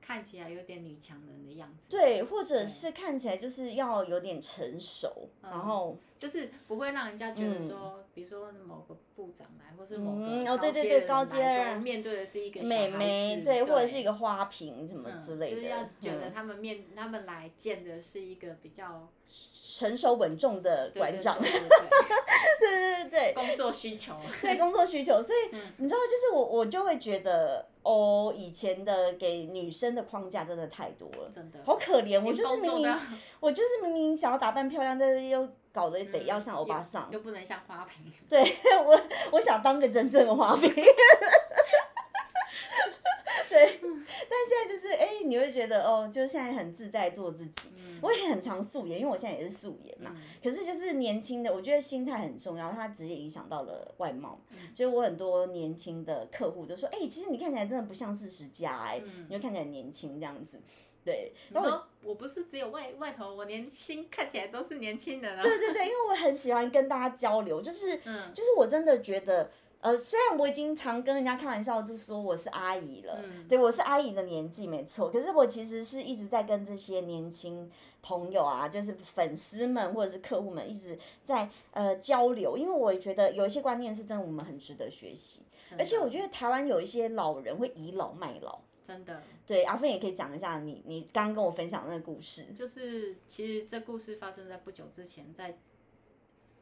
S2: 看起来有点女强人的样子，，
S1: 对，或者是看起来就是要有点成熟，
S2: 嗯
S1: 然后
S2: 就是不会让人家觉得
S1: 嗯
S2: 说，比如说某个部长来，或是某
S1: 嗯
S2: 个
S1: 哦对对对高阶
S2: 阶人来
S1: 人
S2: 说面对的是一个小
S1: 美
S2: 孩
S1: 眉
S2: 子
S1: 对，或者是一
S2: 对
S1: 个花瓶什么
S2: 嗯
S1: 之类
S2: 就是要
S1: 的，
S2: 觉得
S1: 嗯
S2: 他们面、他们来见的是一个比较
S1: 成熟稳重的
S2: 对
S1: 馆
S2: 对
S1: 长，
S2: 对对对
S1: 对对对
S2: 工作需求，
S1: 对，工作需求，所
S2: 嗯
S1: 以你知道，就是我我就会觉得哦，以前的给女生的框架真的太多了。
S2: 真的
S1: 好可怜，我
S2: 连
S1: 就是
S2: 工
S1: 明
S2: 作都
S1: 明
S2: 要
S1: 我就是明明想要打扮漂亮，但是又搞得得要像欧巴
S2: 又
S1: 桑，
S2: 又不能像花瓶，
S1: 对我，我想当个真正的花瓶。对，
S2: 嗯
S1: 但现在就是哎、你会觉得哦，就是现在很自在做自己。
S2: 嗯
S1: 我也很常素颜，因为我现在也是素颜呐、
S2: 嗯
S1: 可是就是年轻的，我觉得心态很重要，它直接影响到了外貌。
S2: 嗯
S1: 所以我很多年轻的客户都说，哎、其实你看起来真的不像四十加、哎、
S2: 嗯
S1: 你就看起来很年轻这样子。对，
S2: 你
S1: 然后我
S2: 说我不是只有外外头，我连心看起来都是年轻人啊。
S1: 对对对，因为我很喜欢跟大家交流，就是
S2: 嗯
S1: 就是我真的觉得，呃，虽然我已经常跟人家开玩笑，就说我是阿姨了，
S2: 嗯
S1: 对，我是阿姨的年纪没错，可是我其实是一直在跟这些年轻朋友啊，就是粉丝们或者是客户们一直在呃交流，因为我也觉得有一些观念是真的，我们很值得学习，
S2: 真的
S1: 而且我觉得台湾有一些老人会倚老卖老。
S2: 真的
S1: 对，阿芬也可以讲一下你你刚刚跟我分享的那个故事。
S2: 就是，其实这故事发生在不久之前，在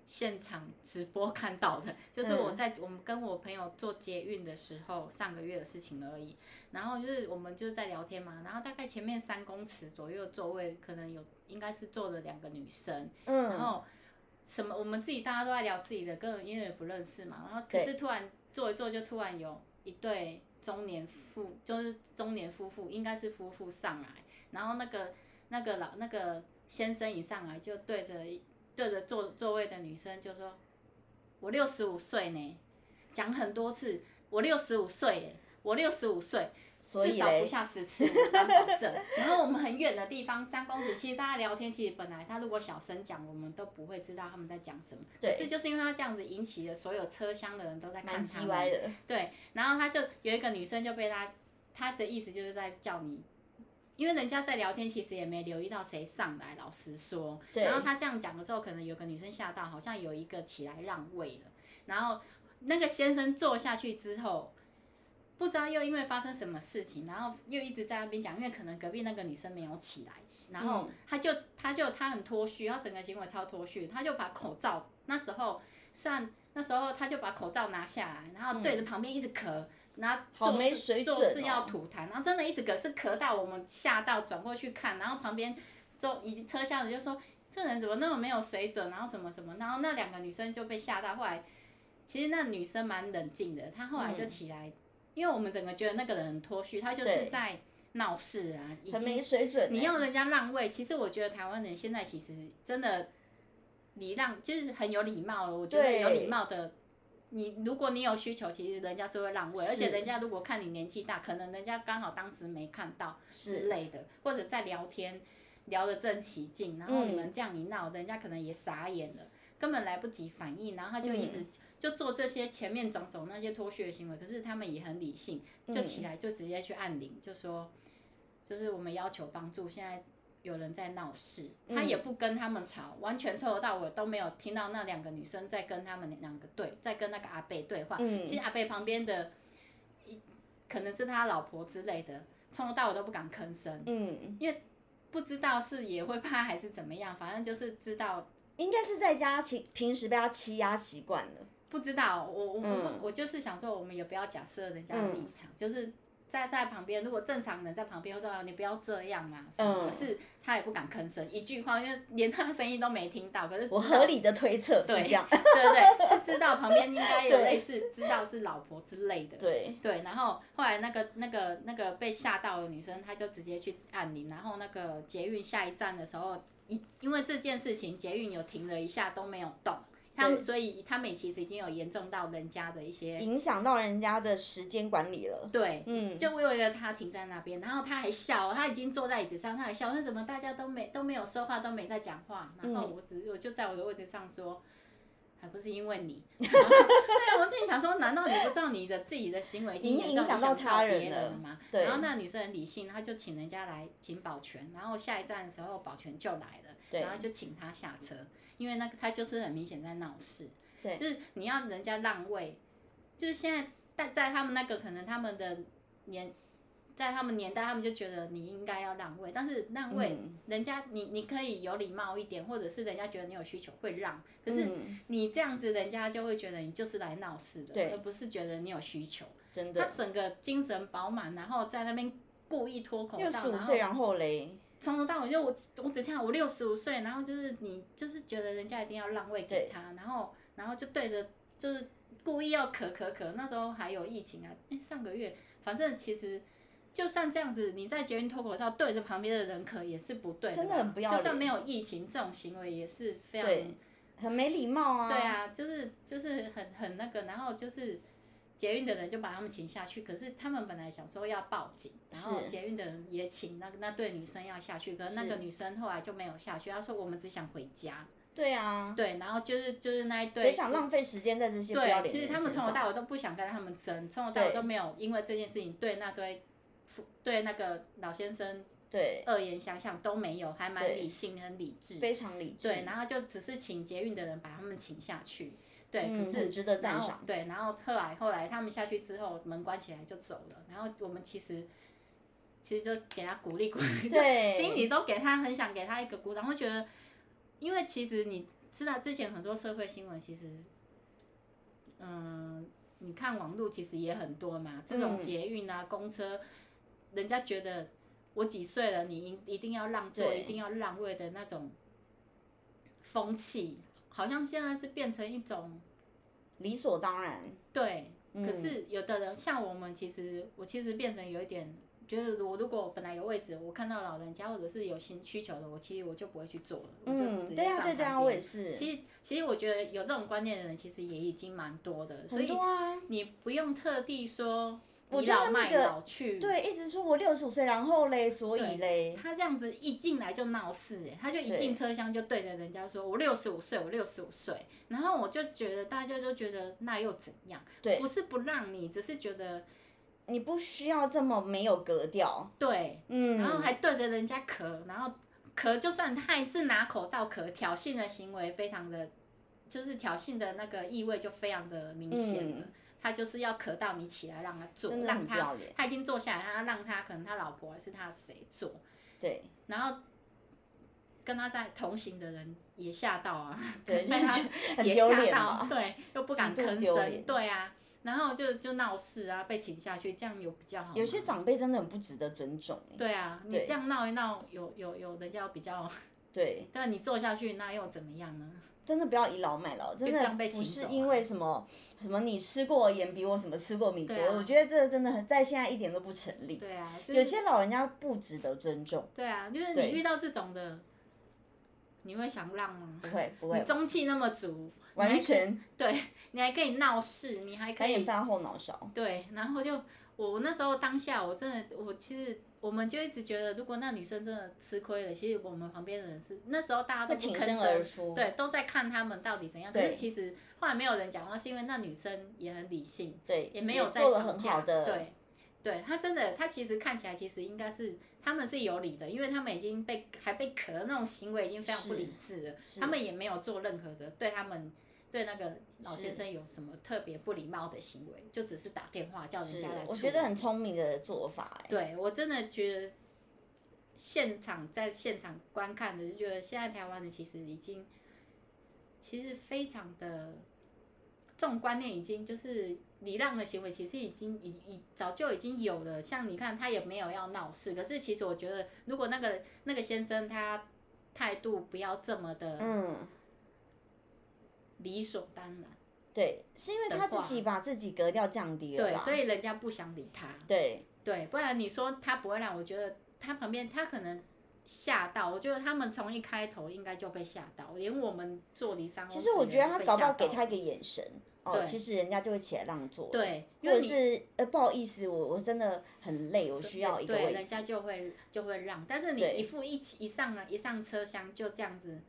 S2: 现场直播看到的，就是我在我们跟我朋友做捷运的时候，上个月的事情而已。然后就是我们就是在聊天嘛，然后大概前面三公尺左右的座位，可能有应该是坐了两个女生，然
S1: 嗯，
S2: 后什么我们自己大家都在聊自己的，跟因为也不认识嘛，然后可是突然坐一坐就突然有一对中年妇，就是中年夫妇，应该是夫妇上来，然后那个那个老那个先生一上来就对着对着座座位的女生就说：“我六十五岁呢。”讲很多次，我六十五岁耶，我六十五岁，
S1: 所以
S2: 至少
S1: 嘞
S2: 不，下十次，我敢保证。然后我们很远的地方，三公尺，其实大家聊天，其实本来他如果小声讲，我们都不会知道他们在讲什么。
S1: 对
S2: 可是就是因为他这样子引起了所有车厢的人都在
S1: 蛮
S2: 看他
S1: 叽歪
S2: 们，
S1: 的。
S2: 对。然后他就有一个女生就被他，他的意思就是在叫你。因为人家在聊天，其实也没留意到谁上来。老实说，
S1: 对
S2: 然后他这样讲了之后，可能有个女生吓到，好像有一个起来让位了。然后那个先生坐下去之后，不知道又因为发生什么事情，然后又一直在那边讲，因为可能隔壁那个女生没有起来，然后他就、他就他很脱序，他整个行为超脱序，他就把口罩那时候虽然那时候他就把口罩拿下来，然后对着旁边一直咳。然后
S1: 好
S2: 做
S1: 没
S2: 事
S1: 水
S2: 做
S1: 准
S2: 事
S1: 哦
S2: 要吐痰，然后真的一直咳，是咳到我们吓到转过去看，然后旁边就已经车厢的就说这人怎么那么没有水准，然后什么什么，然后那两个女生就被吓到，后来其实那女生蛮冷静的，她后来就起来，因为我们整个觉得那个人很脱序，她就是
S1: 对
S2: 在闹事啊，已
S1: 很
S2: 经
S1: 没水准欸、
S2: 你要人家让位，其实我觉得台湾人现在其实真的礼让，就是很有礼貌了。我觉得
S1: 对
S2: 有礼貌的你如果你有需求，其实人家是会让位，
S1: 是
S2: 而且人家如果看你年纪大，可能人家刚好当时没看到之类的，或者在聊天聊得正起劲，然后你们这样一闹，人家可能也傻眼了，根本来不及反应，然后他就一直就做这些前面种种那些脱序的行为，可是他们也很理性，就起来就直接去按铃，就说就是我们要求帮助，现在。有人在闹事，他也不跟他们吵，完全从头到尾都没有听到那两个女生在跟他们两个对，在跟那个阿贝对话。
S1: 嗯
S2: 其实阿贝旁边的，一可能是他老婆之类的，从头到尾都不敢吭声，
S1: 嗯，
S2: 不知道是也会怕还是怎么样，反正就是知道
S1: 应该是在家欺平时被他欺压习惯了。
S2: 不知道，我我我、
S1: 嗯
S2: 我就是想说，我们也不要假设人家的立场，就是在在旁边，如果正常人在旁边会说、啊、你不要这样啊什么
S1: 嗯
S2: 的，可是他也不敢吭声，一句话，因为连他的声音都没听到，可是知道
S1: 我合理的推测是
S2: 对
S1: 这 样，
S2: 对对对，是知道旁边应该有
S1: 对
S2: 类似知道是老婆之类的，
S1: 对，
S2: 对，然后后来那个那个那个被吓到的女生，她就直接去按铃，然后那个捷运下一站的时候，一因为这件事情，捷运有停了一下都没有动，他们
S1: 对
S2: 所以他们其实已经有严重到人家的一些
S1: 影响到人家的时间管理了。
S2: 对。
S1: 嗯，
S2: 就为了他停在那边，然后他还笑哦，他已经坐在椅子上，他还笑，那怎么大家都没都没有说话，都没在讲话？然后
S1: 嗯
S2: 我只我就在我的位置上说，还不是因为你。 然后对，我自己想说，难道你不知道你的自己的行为已经
S1: 已
S2: 严
S1: 经
S2: 重
S1: 影响
S2: 到
S1: 到他人
S2: 别人
S1: 了
S2: 了吗？
S1: 对
S2: 然后那女生很理性，她就请人家来请保全，然后下一站的时候保全就来了，
S1: 对
S2: 然后就请她下车，因为那个她就是很明显在闹事，
S1: 对
S2: 就是你要人家让位，就是现在在在他们那个可能他们的年。在他们年代，他们就觉得你应该要让位，但是让位，
S1: 嗯
S2: 人家你你可以有礼貌一点，或者是人家觉得你有需求会让，可是
S1: 嗯
S2: 你这样子，人家就会觉得你就是来闹事
S1: 对
S2: 的，而不是觉得你有需求。
S1: 真
S2: 他
S1: 的
S2: 整个精神饱满，然后在那边故意脱口
S1: 六
S2: 罩，
S1: 十五
S2: 然后
S1: 岁，然后嘞，
S2: 从头到尾就我我只听到我六十五岁，然后就是你就是觉得人家一定要让位
S1: 对
S2: 给他，然后然后就对着就是故意要咳咳咳，那时候还有疫情啊，哎上个月反正其实。就算这样子，你在捷运脱口罩对着旁边的人咳也是不对的嘛，
S1: 真的很不要脸
S2: 就算没有疫情，这种行为也是非常
S1: 对很没礼貌啊。
S2: 对，啊，就是就是很很那个，然后就是捷运的人就把他们请下去，可是他们本来想说要报警，然后
S1: 是
S2: 捷运的人也请那个那对女生要下去，可是那
S1: 是
S2: 个女生后来就没有下去，她说我们只想回家。
S1: 对啊，
S2: 对，然后就是就是那一对
S1: 谁想浪费时间在这些不要脸的人
S2: 对，其实他
S1: 身
S2: 们从
S1: 上
S2: 头到尾都不想跟他们争，从头到尾
S1: 对
S2: 都没有因为这件事情对那对夫对那个老先生
S1: 对
S2: 恶言相向都没有，还蛮
S1: 对
S2: 理性很理智。
S1: 非常理智，
S2: 对，然后就只是请捷运的人把他们请下去，对，
S1: 嗯
S2: 可是
S1: 很值得赞
S2: 然后
S1: 赏
S2: 对，然后后来后来他们下去之后，门关起来就走了，然后我们其实其实就给他鼓励鼓励，就
S1: 对
S2: 心里都给他很想给他一个鼓掌，会觉得，因为其实你知道之前很多社会新闻其实，嗯、你看网络其实也很多嘛，这种
S1: 嗯
S2: 捷运啊、公车，人家觉得我几岁了，你一一定要让座，
S1: 对
S2: 一定要让位的那种风气，好像现在是变成一种
S1: 理所当然。
S2: 对。
S1: 嗯
S2: 可是有的人像我们，其实我其实变成有一点，觉得我如果本来有位置，我看到老人家或者是有新需求的，我其实我就不会去做了，我就直
S1: 嗯，
S2: 接
S1: 对啊，
S2: 站
S1: 对对
S2: 旁
S1: 啊，
S2: 边
S1: 我也是，
S2: 其实其实我觉得有这种观念的人，其实也已经蛮多的，所
S1: 很
S2: 以
S1: 多啊。
S2: 你不用特地说
S1: 我
S2: 倚
S1: 觉得
S2: 老
S1: 那
S2: 卖
S1: 个
S2: 老去，
S1: 对，一直说我六十五岁，然后嘞，所以
S2: 对
S1: 嘞，
S2: 他这样子一进来就闹事、欸，他就一
S1: 对
S2: 进车厢就对着人家说：“我六十五岁，我六十五岁。”然后我就觉得大家就觉得那又怎样？
S1: 对
S2: 不是不让你，只是觉得
S1: 你不需要这么没有格调。
S2: 对，
S1: 嗯，
S2: 然后还对着人家咳，然后咳，就算他一次拿口罩咳，挑衅的行为非常的，就是挑衅的那个意味就非常的明显了。
S1: 嗯
S2: 他就是要咳到你起来，让他坐，
S1: 真的
S2: 让
S1: 很不
S2: 他
S1: 要脸。
S2: 他已经坐下来，他让他可能他老婆还是他谁坐，
S1: 对
S2: 然后跟他在同行的人也吓到啊，
S1: 对，就
S2: 被
S1: 是
S2: 他
S1: 觉得很
S2: 也
S1: 丢
S2: 吓
S1: 脸
S2: 到，
S1: 嘛。
S2: 对，又不敢
S1: 极度
S2: 吭
S1: 丢脸
S2: 声，对啊，然后就就闹事啊，被请下去，这样有比较好吗。
S1: 有些长辈真的很不值得尊重欸。
S2: 对啊，你
S1: 对
S2: 这样闹一闹，有有有人家比较，
S1: 对，
S2: 但你坐下去那又怎么样呢？
S1: 真的不要倚老卖老，真
S2: 这
S1: 的
S2: 样被
S1: 不
S2: 请
S1: 是
S2: 走啊
S1: 因为什么什么你吃过盐比我什么吃过米多，
S2: 对啊
S1: 我觉得这个真的很在现在一点都不成立。
S2: 对啊，就
S1: 有
S2: 是
S1: 些老人家不值得尊重，
S2: 对啊，就是
S1: 对
S2: 你遇到这种的，你会想浪吗？
S1: 不会不会
S2: 你中气那么足，你还
S1: 完全
S2: 对 你还可以闹事，你还可
S1: 有
S2: 以
S1: 点发后脑勺。
S2: 对，然后就我那时候当下，我真的，我其实我们就一直觉得，如果那女生真的吃亏了，其实我们旁边的人是那时候大家都
S1: 会挺
S2: 不吭
S1: 身
S2: 声，
S1: 而出
S2: 对，都在看他们到底怎样。可
S1: 对
S2: 是其实后来没有人讲话，是因为那女生也很理性，
S1: 对，
S2: 也没有在
S1: 做了
S2: 吵
S1: 很
S2: 架。
S1: 好的，
S2: 对，对她真的，她其实看起来其实应该是他们是有理的，因为他们已经被还被咳那种行为已经非常不
S1: 是
S2: 理智了，
S1: 是
S2: 他们也没有做任何的对他们。对那个老
S1: 是
S2: 先生有什么特别不礼貌的行为，就只是打电话叫人
S1: 是
S2: 家来处理。
S1: 我觉得很聪明的做法、哎，
S2: 对我真的觉得现场在现场观看的，就觉得现在台湾的其实已经，其实非常的这种观念已经就是礼让的行为，其实已经已已早就已经有了。像你看，他也没有要闹事，可是其实我觉得，如果那个那个先生他态度不要这么的
S1: 嗯，
S2: 理所当然，
S1: 对，是因为他自己把自己格调降低了
S2: 对，
S1: 啦，
S2: 所以人家不想理他。
S1: 对
S2: 对，不然你说他不会让，我觉得他旁边他可能吓到，我觉得他们从一开头应该就被吓到，连我们做离三公
S1: 其
S2: 司
S1: 实我觉得
S2: 的人
S1: 他
S2: 都被
S1: 搞不
S2: 吓
S1: 好给
S2: 到
S1: 他一个眼神，哦，
S2: 对
S1: 其实人家就会起来让座，，
S2: 对，因
S1: 或
S2: 为
S1: 者
S2: 你
S1: 是呃不好意思，我我真的很累，我需要一个
S2: 对，
S1: 位
S2: 人
S1: 置，
S2: 家就会就会让，但是你
S1: 对
S2: 一副一起一上了一上车厢就这样子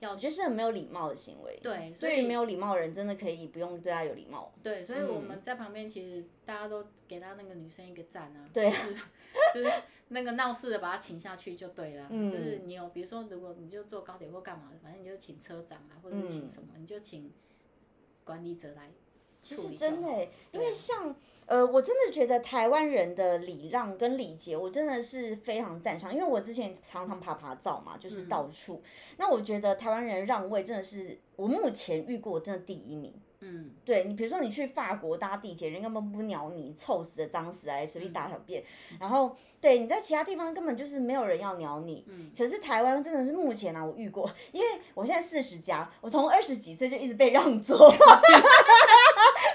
S2: 要
S1: 我觉得是很没有礼貌的行为，
S2: 对，所
S1: 对于
S2: 以
S1: 没有礼貌的人，真的可以不用对他有礼貌，
S2: 对，所以我
S1: 嗯
S2: 们在旁边其实大家都给他那个女生一个赞啊，
S1: 对
S2: 就是就是那个闹事的把他请下去就对了，
S1: 嗯
S2: 就是你有比如说如果你就坐高铁或干嘛的，反正你就请车长啊，或者是请什么，你就请管理者来
S1: 嗯其
S2: 处
S1: 实
S2: 理
S1: 真
S2: 就
S1: 的
S2: 好
S1: 欸、因为
S2: 对啊
S1: 像呃，我真的觉得台湾人的礼让跟礼节，我真的是非常赞赏。因为我之前常常爬爬照嘛，
S2: 嗯
S1: 就是到处。那我觉得台湾人让位真的是我目前遇过真的第一名。
S2: 嗯，
S1: 对你，比如说你去法国搭地铁，人根本不鸟你，臭死了、脏死了，还随
S2: 嗯
S1: 便大小便。然后，对你在其他地方根本就是没有人要鸟你。
S2: 嗯
S1: 可是台湾真的是目前啊，我遇过， 因为我现在四十加，我从二十几岁就一直被让座。 你知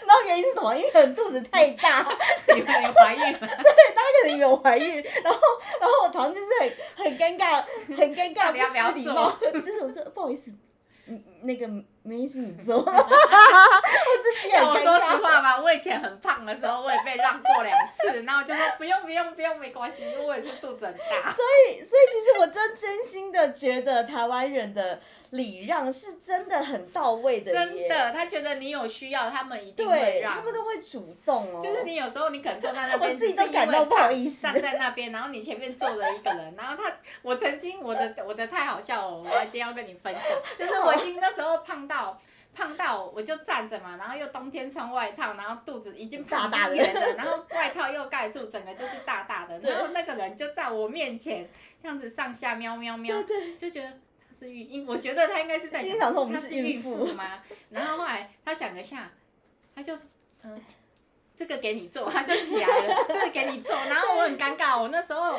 S1: 道原因是什么？因为可能肚子太 大，
S2: 你会怀孕了，
S1: 可能以为我怀孕，然后然后我常常就是很很尴尬，很尴尬，
S2: 到底要不要
S1: 失礼貌， 就是我说不好意思，嗯那个没事你 坐，我自己很
S2: 要我
S1: 尴
S2: 说
S1: 尬
S2: 实。话吧，我以前很胖的时候，我也被让过两次，然后我就说不用不用不用，没关系，因为我也是肚子很大。
S1: 所以其实我真真心的觉得台湾人的礼让是真的很到位的耶，
S2: 真的，他觉得你有需要，他们一定会
S1: 对，
S2: 让。
S1: 他们都会主动哦，
S2: 就是你有时候你可能坐在那边，
S1: 我自己都感到不好意思
S2: 只是因为他站在那边，然后你前面坐了一个人，然后他，我曾经我的我的太好笑了，我一定要跟你分享，就是我已经那时候胖到。胖到我就站着嘛，然后又冬天穿外套，然后肚子已经胖
S1: 大大的
S2: 圆了，然后外套又盖住，整个就是大大的。然后那个人就在我面前这样子上下喵喵喵，就觉得他是孕，因我觉得他应该是在
S1: 心想说我们
S2: 他
S1: 是
S2: 是
S1: 孕
S2: 孕
S1: 妇
S2: 妇吗？然后后来他想了一下，他就说，嗯、这个给你做，他就起来 了，这个给你做，然后我很尴尬，我那时候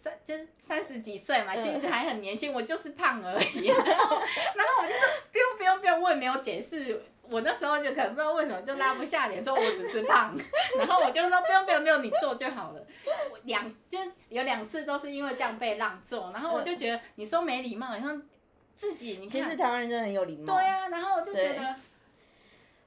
S2: 三就是三十几岁嘛，
S1: 嗯
S2: 其实还很年轻，我就是胖而已，然后然后我就说不用不用不用，我也没有解释。我那时候就可能不知道为什么就拉不下脸，说我只是胖， 然后我就说不用不用不用，你做就好了。我两就有两次都是因为这样被让座，然后我就觉得你说没礼貌，好像自己你看
S1: 嗯其实台湾人真的很有礼貌，
S2: 对呀、然后我就觉得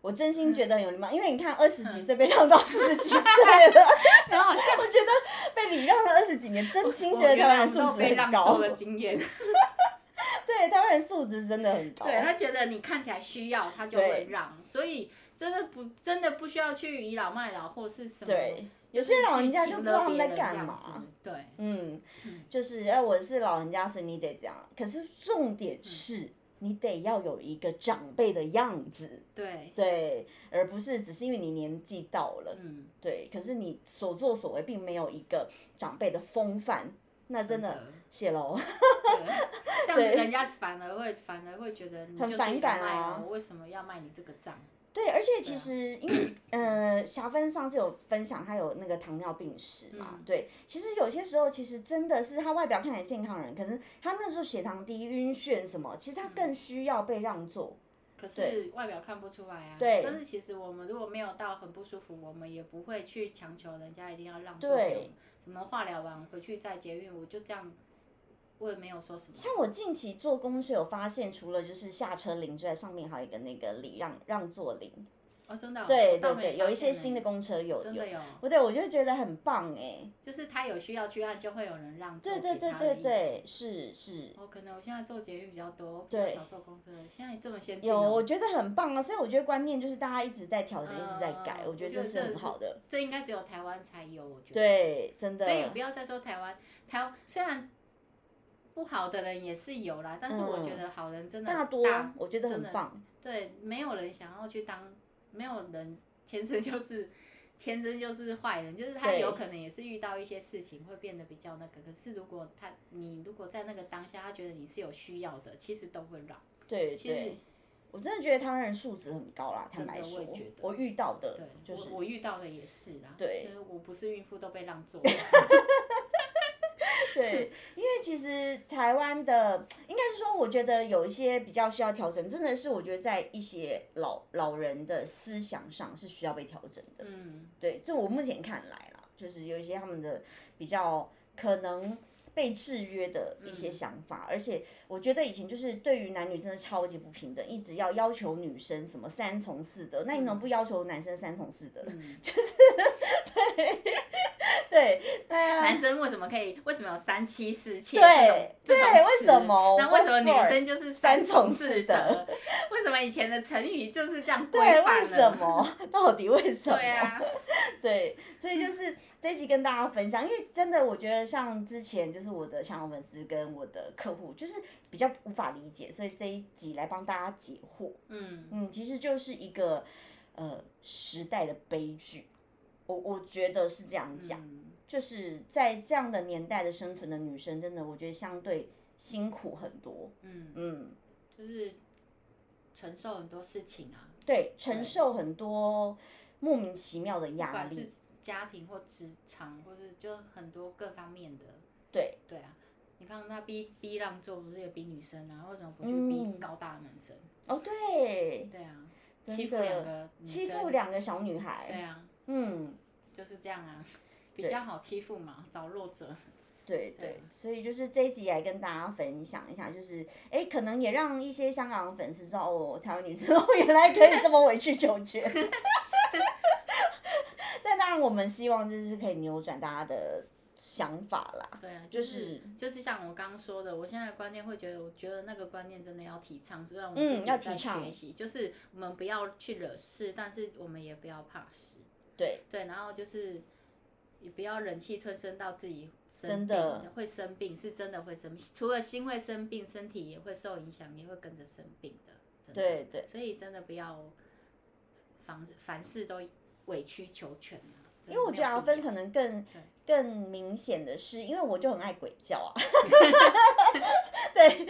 S1: 我真心觉得很有礼貌，因为你看二十几岁被让到四十几岁了，
S2: 很好笑。
S1: 我觉得被礼让了二十几年，真心觉
S2: 我
S1: 得
S2: 原
S1: 台湾
S2: 来我
S1: 人
S2: 们
S1: 素
S2: 都
S1: 质
S2: 被让
S1: 很高
S2: 座，的 经验，
S1: 对，台湾人素质真的很高，
S2: 对他觉得你看起来需要，他就会
S1: 对
S2: 让，所以真的不真的不需要去倚老卖老或是什么。
S1: 对，
S2: 就
S1: 有
S2: 是
S1: 些老人
S2: 去
S1: 家
S2: 请
S1: 就不
S2: 了
S1: 知道他们在
S2: 别人这
S1: 干
S2: 样
S1: 嘛，
S2: 子。对，
S1: 嗯
S2: 嗯，
S1: 就是哎、我是老人家，所以你得这样。可是重点是、你得要有一个长辈的样子，
S2: 对，
S1: 对，而不是只是因为你年纪到了，
S2: 嗯，
S1: 对。可是你所作所为并没有一个长辈的风范，那真的
S2: 的
S1: 谢 喽。
S2: 对这样
S1: 对
S2: 子人家反而会反而会觉得你
S1: 很
S2: 就是
S1: 反
S2: 倚老
S1: 感
S2: 卖
S1: 啊
S2: 老，为什么要卖你这个账？
S1: 对，而且
S2: 啊
S1: 其实因为、呃，霞芬上次有分享她有那个糖尿病史嘛，
S2: 嗯
S1: 对，其实有些时候其实真的是她外表看起来健康人，可是她那时候血糖低、晕眩什么，其实她
S2: 嗯
S1: 更需要被让座。
S2: 可是外表看不出来啊。
S1: 对
S2: 但是其实我们如果没有到很不舒服，我们也不会去强求人家一定要让座
S1: 对
S2: 给我们。什么化疗完回去再捷运，我就这样我也没有说什么。
S1: 像我近期坐公车有发现，除了就是下车铃之外，上面还有一个那个礼让让座铃。
S2: 哦，真的哦、
S1: 对
S2: 我倒
S1: 对
S2: 没
S1: 对，
S2: 发
S1: 有一些
S2: 现呢
S1: 新的公车有
S2: 真
S1: 有
S2: 的，有，
S1: 不对，我就觉得很棒哎。
S2: 就是他有需要去按，就会有人让座
S1: 对对
S2: 给
S1: 对
S2: 他的
S1: 对
S2: 意思。哦
S1: 对，是是。
S2: 我、可能我现在坐捷运比较多，我比较
S1: 对
S2: 少坐公车。现在这么先进、
S1: 有，
S2: 哦，
S1: 我觉得很棒啊！所以我觉得观念就是大家一直在调整，一直在改，
S2: 嗯
S1: 我觉得这是很好的。。
S2: 这应该只有台湾才有，我觉得。
S1: 对，真的。
S2: 所以不要再说台湾，台湾虽然不好的人也是有啦，但是我
S1: 嗯
S2: 觉得好人真的
S1: 大多
S2: 大
S1: 我觉得很
S2: 真的
S1: 棒，
S2: 对，没有人想要去当，没有人天生就是天生就是坏人，就是他
S1: 对
S2: 有可能也是遇到一些事情会变得比较那个。可是如果他你如果在那个当下，他觉得你是有需要的，其实都会让。
S1: 对
S2: 其实
S1: 对。我真的觉得台湾人素质很高啦，坦
S2: 真
S1: 白
S2: 的我也
S1: 说
S2: 觉得，
S1: 我遇到的就
S2: 对，
S1: 是
S2: 我我遇到的也是啦。
S1: 对，
S2: 我不是孕妇都被让 座。
S1: 对，因为其实台湾的，应该是说，我觉得有一些比较需要调整，真的是我觉得在一些老老人的思想上是需要被调整的。
S2: 嗯，
S1: 对，这我目前看来啦，就是有一些他们的比较可能被制约的一些
S2: 嗯
S1: 想法，而且我觉得以前就是对于男女真的超级不平等，一直要要求女生什么三从四德，那你怎么不要求男生三从四 德？
S2: 嗯
S1: 对，哎 呀，
S2: 男生为什么可以？为什么有三妻四妾？
S1: 对
S2: 这
S1: 对
S2: 种这种
S1: 为
S2: 词
S1: 什么
S2: 那为什么女
S1: What for？
S2: 生就是
S1: 三从
S2: 从
S1: 四
S2: 德
S1: 德？
S2: 为什么以前的成语就是这样规
S1: 对，
S2: 范
S1: 为
S2: 了？
S1: 什？么？ 到底为什么？
S2: 对啊，
S1: 对，所以就是这一集跟大家分享，因为真的我觉得像之前就是我的香港粉丝跟我的客户就是比较无法理解，所以这一集来帮大家解惑。
S2: 嗯，
S1: 嗯，其实就是一个呃时代的悲剧，我我觉得是这样讲，
S2: 嗯
S1: 就是在这样的年代的生存的女生，真的我觉得相对辛苦很多。
S2: 嗯，
S1: 嗯，
S2: 就是承受很多事情啊，
S1: 对，承受很多莫名其妙的
S2: 不
S1: 压
S2: 管是
S1: 力。
S2: 家庭或职场，或是就很多各方面的。
S1: 对
S2: 对啊，你看那逼逼让座不是也逼女生啊？为什么不去
S1: 嗯
S2: 逼高大的男生？
S1: 哦，对，
S2: 对啊，
S1: 真
S2: 欺负
S1: 的
S2: 两个女
S1: 欺负
S2: 生
S1: 两个小女
S2: 对
S1: 孩。
S2: 啊，
S1: 嗯，
S2: 就是这样啊，比
S1: 对
S2: 较好欺负嘛，找弱者。
S1: 对
S2: 对
S1: 对，所以就是这一集来跟大家分享一下，就是哎，可能也让一些香港的粉丝知道哦，台湾女生哦原来可以这么委曲求全。 但当然，我们希望就是可以扭转大家的想法啦。
S2: 对啊，
S1: 就
S2: 就是
S1: 是
S2: 就是像我刚刚说的，我现在的观念会觉得，我觉得那个观念真的要提倡，虽然我
S1: 嗯
S2: 自己
S1: 要
S2: 也
S1: 提
S2: 在
S1: 倡
S2: 学习，就是我们不要去惹事，但是我们也不要怕事。
S1: 对
S2: 对，然后就是也不要忍气吞声到自己生
S1: 真
S2: 病
S1: 的
S2: 会生病，是真的会生病，除了心会生病，身体也会受影响，也会跟着生病的。真的
S1: 对对，
S2: 所以真的不要凡凡事都委曲求全啊。
S1: 因为我觉得阿
S2: 分
S1: 芬可能更
S2: 对
S1: 更明显的是，因为我就很爱鬼叫啊。对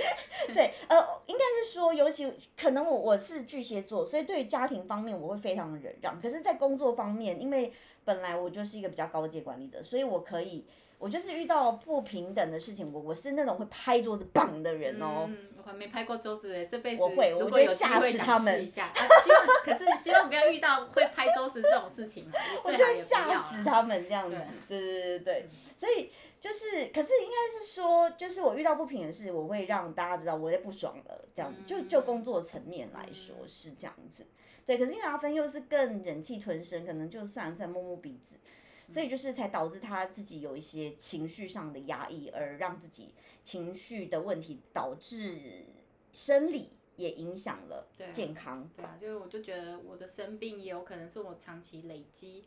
S1: 对，呃，应该是说，尤其可能我我是巨蟹座，所以对于家庭方面我会非常的忍让。可是，在工作方面，因为本来我就是一个比较高阶管理者，所以我可以，我就是遇到不平等的事情，我我是那种会拍桌子棒的人哦。
S2: 嗯，我还没拍过桌子哎，这辈子
S1: 我会
S2: 如
S1: 我
S2: 果
S1: 会
S2: 有机
S1: 吓
S2: 会
S1: 死
S2: 想
S1: 他
S2: 试
S1: 们
S2: 一下。啊、希望可是希望不要遇到会拍桌子这种事 情啊，
S1: 我
S2: 最
S1: 就
S2: 好
S1: 会
S2: 也不要
S1: 吓
S2: 啊
S1: 死他们这样子
S2: 对。嗯
S1: 对对对对，所以就是，可是应该是说，就是我遇到不平的事，我会让大家知道我在不爽了，这样子。
S2: 嗯
S1: 就就工作层面来说是这样子，对。可是因为阿芬又是更忍气吞声，可能就算算摸摸鼻子。
S2: 嗯
S1: 所以就是才导致他自己有一些情绪上的压抑，而让自己情绪的问题导致生理也影响了
S2: 对啊
S1: 健康。
S2: 对啊，就是我就觉得我的生病也有可能是我长期累积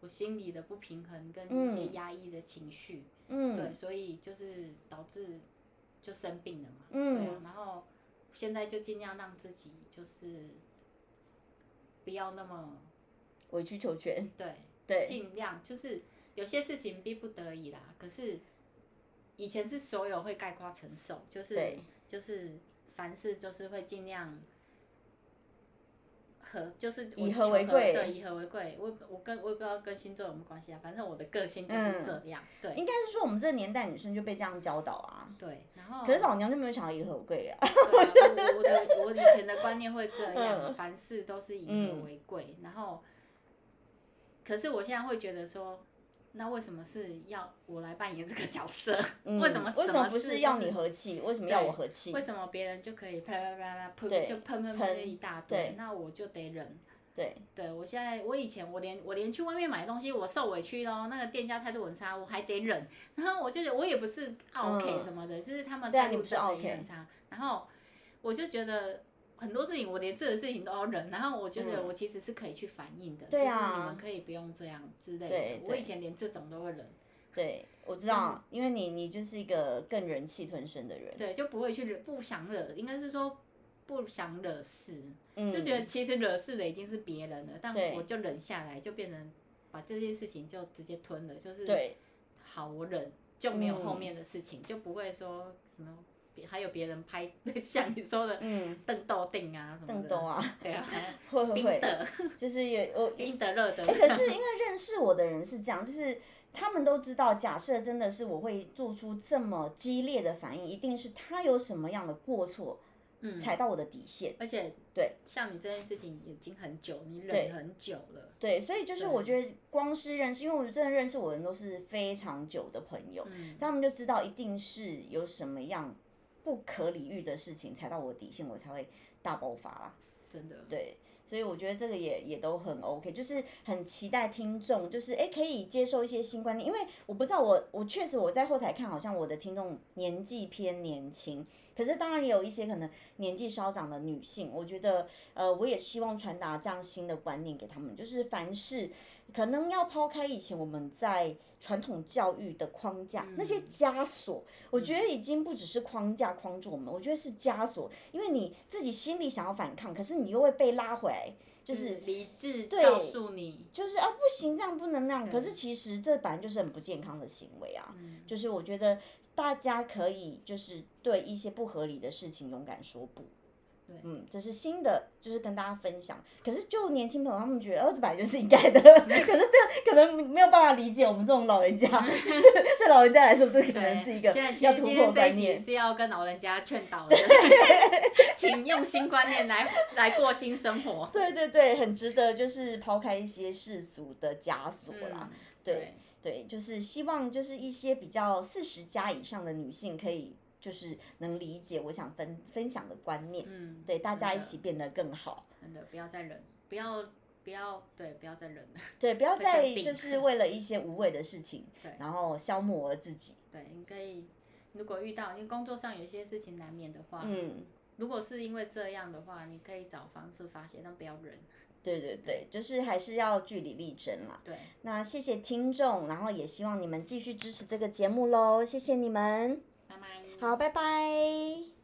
S2: 我心里的不平衡跟一些
S1: 嗯
S2: 压抑的情绪，
S1: 嗯，
S2: 对，所以就是导致就生病了嘛，
S1: 嗯
S2: 对啊，然后现在就尽量让自己就是不要那么
S1: 委曲求全。
S2: 对，
S1: 对，
S2: 尽量就是有些事情逼不得已啦。可是以前是所有会概括承受，就是
S1: 对
S2: 就是凡事就是会尽量和就是
S1: 以
S2: 我
S1: 和
S2: 求
S1: 为贵
S2: 对，以和为贵。我我跟我也不知道跟星座有没有关系啊，反正我的个性
S1: 嗯
S2: 就是这样，对
S1: 应该是说我们这个年代女生就被这样教导啊，
S2: 对。然后
S1: 可是老娘就没有想到以和为贵啊。
S2: 对啊我我的我以前的观念会这样，
S1: 嗯
S2: 凡事都是以和为贵。然后，可是我现在会觉得说，那为什么是要我来扮演这个角色？
S1: 嗯
S2: 为什么
S1: 为什么
S2: 么
S1: 不
S2: 事
S1: 是要
S2: 都
S1: 你和气？为什么要我
S2: 对
S1: 和气
S2: 为？什么别人就可以啪啪啪啪喷
S1: 对
S2: 就喷喷
S1: 喷
S2: 喷就一大
S1: 对
S2: 堆，那我就得忍。
S1: 对，
S2: 对我现在，我以前我连我连去外面买东西，我受委屈咯，那个店家态度很差，我还得忍。 然后我就觉得我也不是 OK
S1: 嗯
S2: 什么的，就是他们
S1: 对啊
S2: 态
S1: 你
S2: 度
S1: 不是
S2: 真的也
S1: OK
S2: 很差。然后我就觉得很多事情，我连这个事情都要忍。然后我觉得
S1: 嗯
S2: 我其实是可以去反应的，
S1: 对
S2: 就是
S1: 啊
S2: 你们可以不用这样之类
S1: 对
S2: 的。我
S1: 对
S2: 以前连这种都会忍，
S1: 对，我
S2: 嗯
S1: 知道，因为你你就是一个更忍气吞声的人，
S2: 对，就不会去惹，不想惹，应该是说不想惹事。
S1: 嗯，
S2: 就觉得其实惹事的已经是别人了，但
S1: 对
S2: 我就忍下来，就变成把这件事情就直接吞了，就是
S1: 对
S2: 好我忍就没有
S1: 嗯
S2: 后面的事情，就不会说什么别还有别人拍 像你说的
S1: 嗯，
S2: 邓豆定啊什么
S1: 邓
S2: 的，
S1: 豆啊，
S2: 对啊，
S1: 会会
S2: 冰
S1: 会，
S2: 的
S1: 就是有我
S2: 冰的热的，
S1: 哎、可是因为认识我的人是这样，就是他们都知道，假设真的是我会做出这么激烈的反应，一定是他有什么样的过错
S2: 嗯，
S1: 踩到我的底线。
S2: 而且
S1: 对
S2: 像你这件事情已经很久，你
S1: 对
S2: 忍很久了，
S1: 对，所以就是我
S2: 对
S1: 觉得光是认识，因为我真的认识我的人都是非常久的朋友，
S2: 嗯，
S1: 他们就知道一定是有什么样不可理喻的事情踩到我的底线，我才会大爆发啦。
S2: 真的，
S1: 对，所以我觉得这个也也都很 OK，就是很期待听众，就是诶可以接受一些新观念，因为我不知道我我确实我在后台看，好像我的听众年纪偏年轻，可是当然也有一些可能年纪稍长的女性，我觉得呃我也希望传达这样新的观念给他们，就是凡事可能要抛开以前我们在传统教育的框架、那些
S2: 嗯
S1: 枷锁，我觉得已经不只是框架框住我们，我觉得是枷锁，因为你自己心里想要反抗，可是你又会被拉回来，就是
S2: 嗯理智告诉你，
S1: 就是啊不行，这样不能那样。可是其实这本来就是很不健康的行为啊。
S2: 嗯，
S1: 就是我觉得大家可以就是对一些不合理的事情勇敢说不。
S2: 对
S1: 嗯，这是新的，就是跟大家分享。可是就年轻朋友他们觉得，哦，这本来就是应 该的。可是这可能没有办法理解我们这种老人 家，就是对老人家来说，这可能是一个
S2: 现在其
S1: 要
S2: 实
S1: 突
S2: 今
S1: 破
S2: 天这
S1: 观
S2: 一集
S1: 念。
S2: 是要跟老人家劝 导的，请用新观念来来过新生活。
S1: 对对对，很值得，就是抛开一些世俗的枷锁啦。
S2: 嗯，
S1: 对，对，就是希望就是一些比较四十加以上的女性可以就是能理解我想分分享的观念，
S2: 嗯，
S1: 对大家
S2: 真
S1: 一
S2: 的
S1: 起，变得更好。
S2: 真的不要再忍，不要不要对，不要再忍了，
S1: 对，不要
S2: 会生
S1: 再
S2: 病
S1: 就是为了一些无谓的事情
S2: 对，
S1: 然后消磨了自己。
S2: 对，你可以。如果遇到你工作上有一些事情难免的话，
S1: 嗯，
S2: 如果是因为这样的话，你可以找方式发泄，但不要忍。
S1: 对对对，就是还是要据理力争啦。
S2: 对，
S1: 那谢谢听众，然后也希望你们继续支持这个节目喽，谢谢你们。
S2: 拜拜。
S1: 好，拜拜。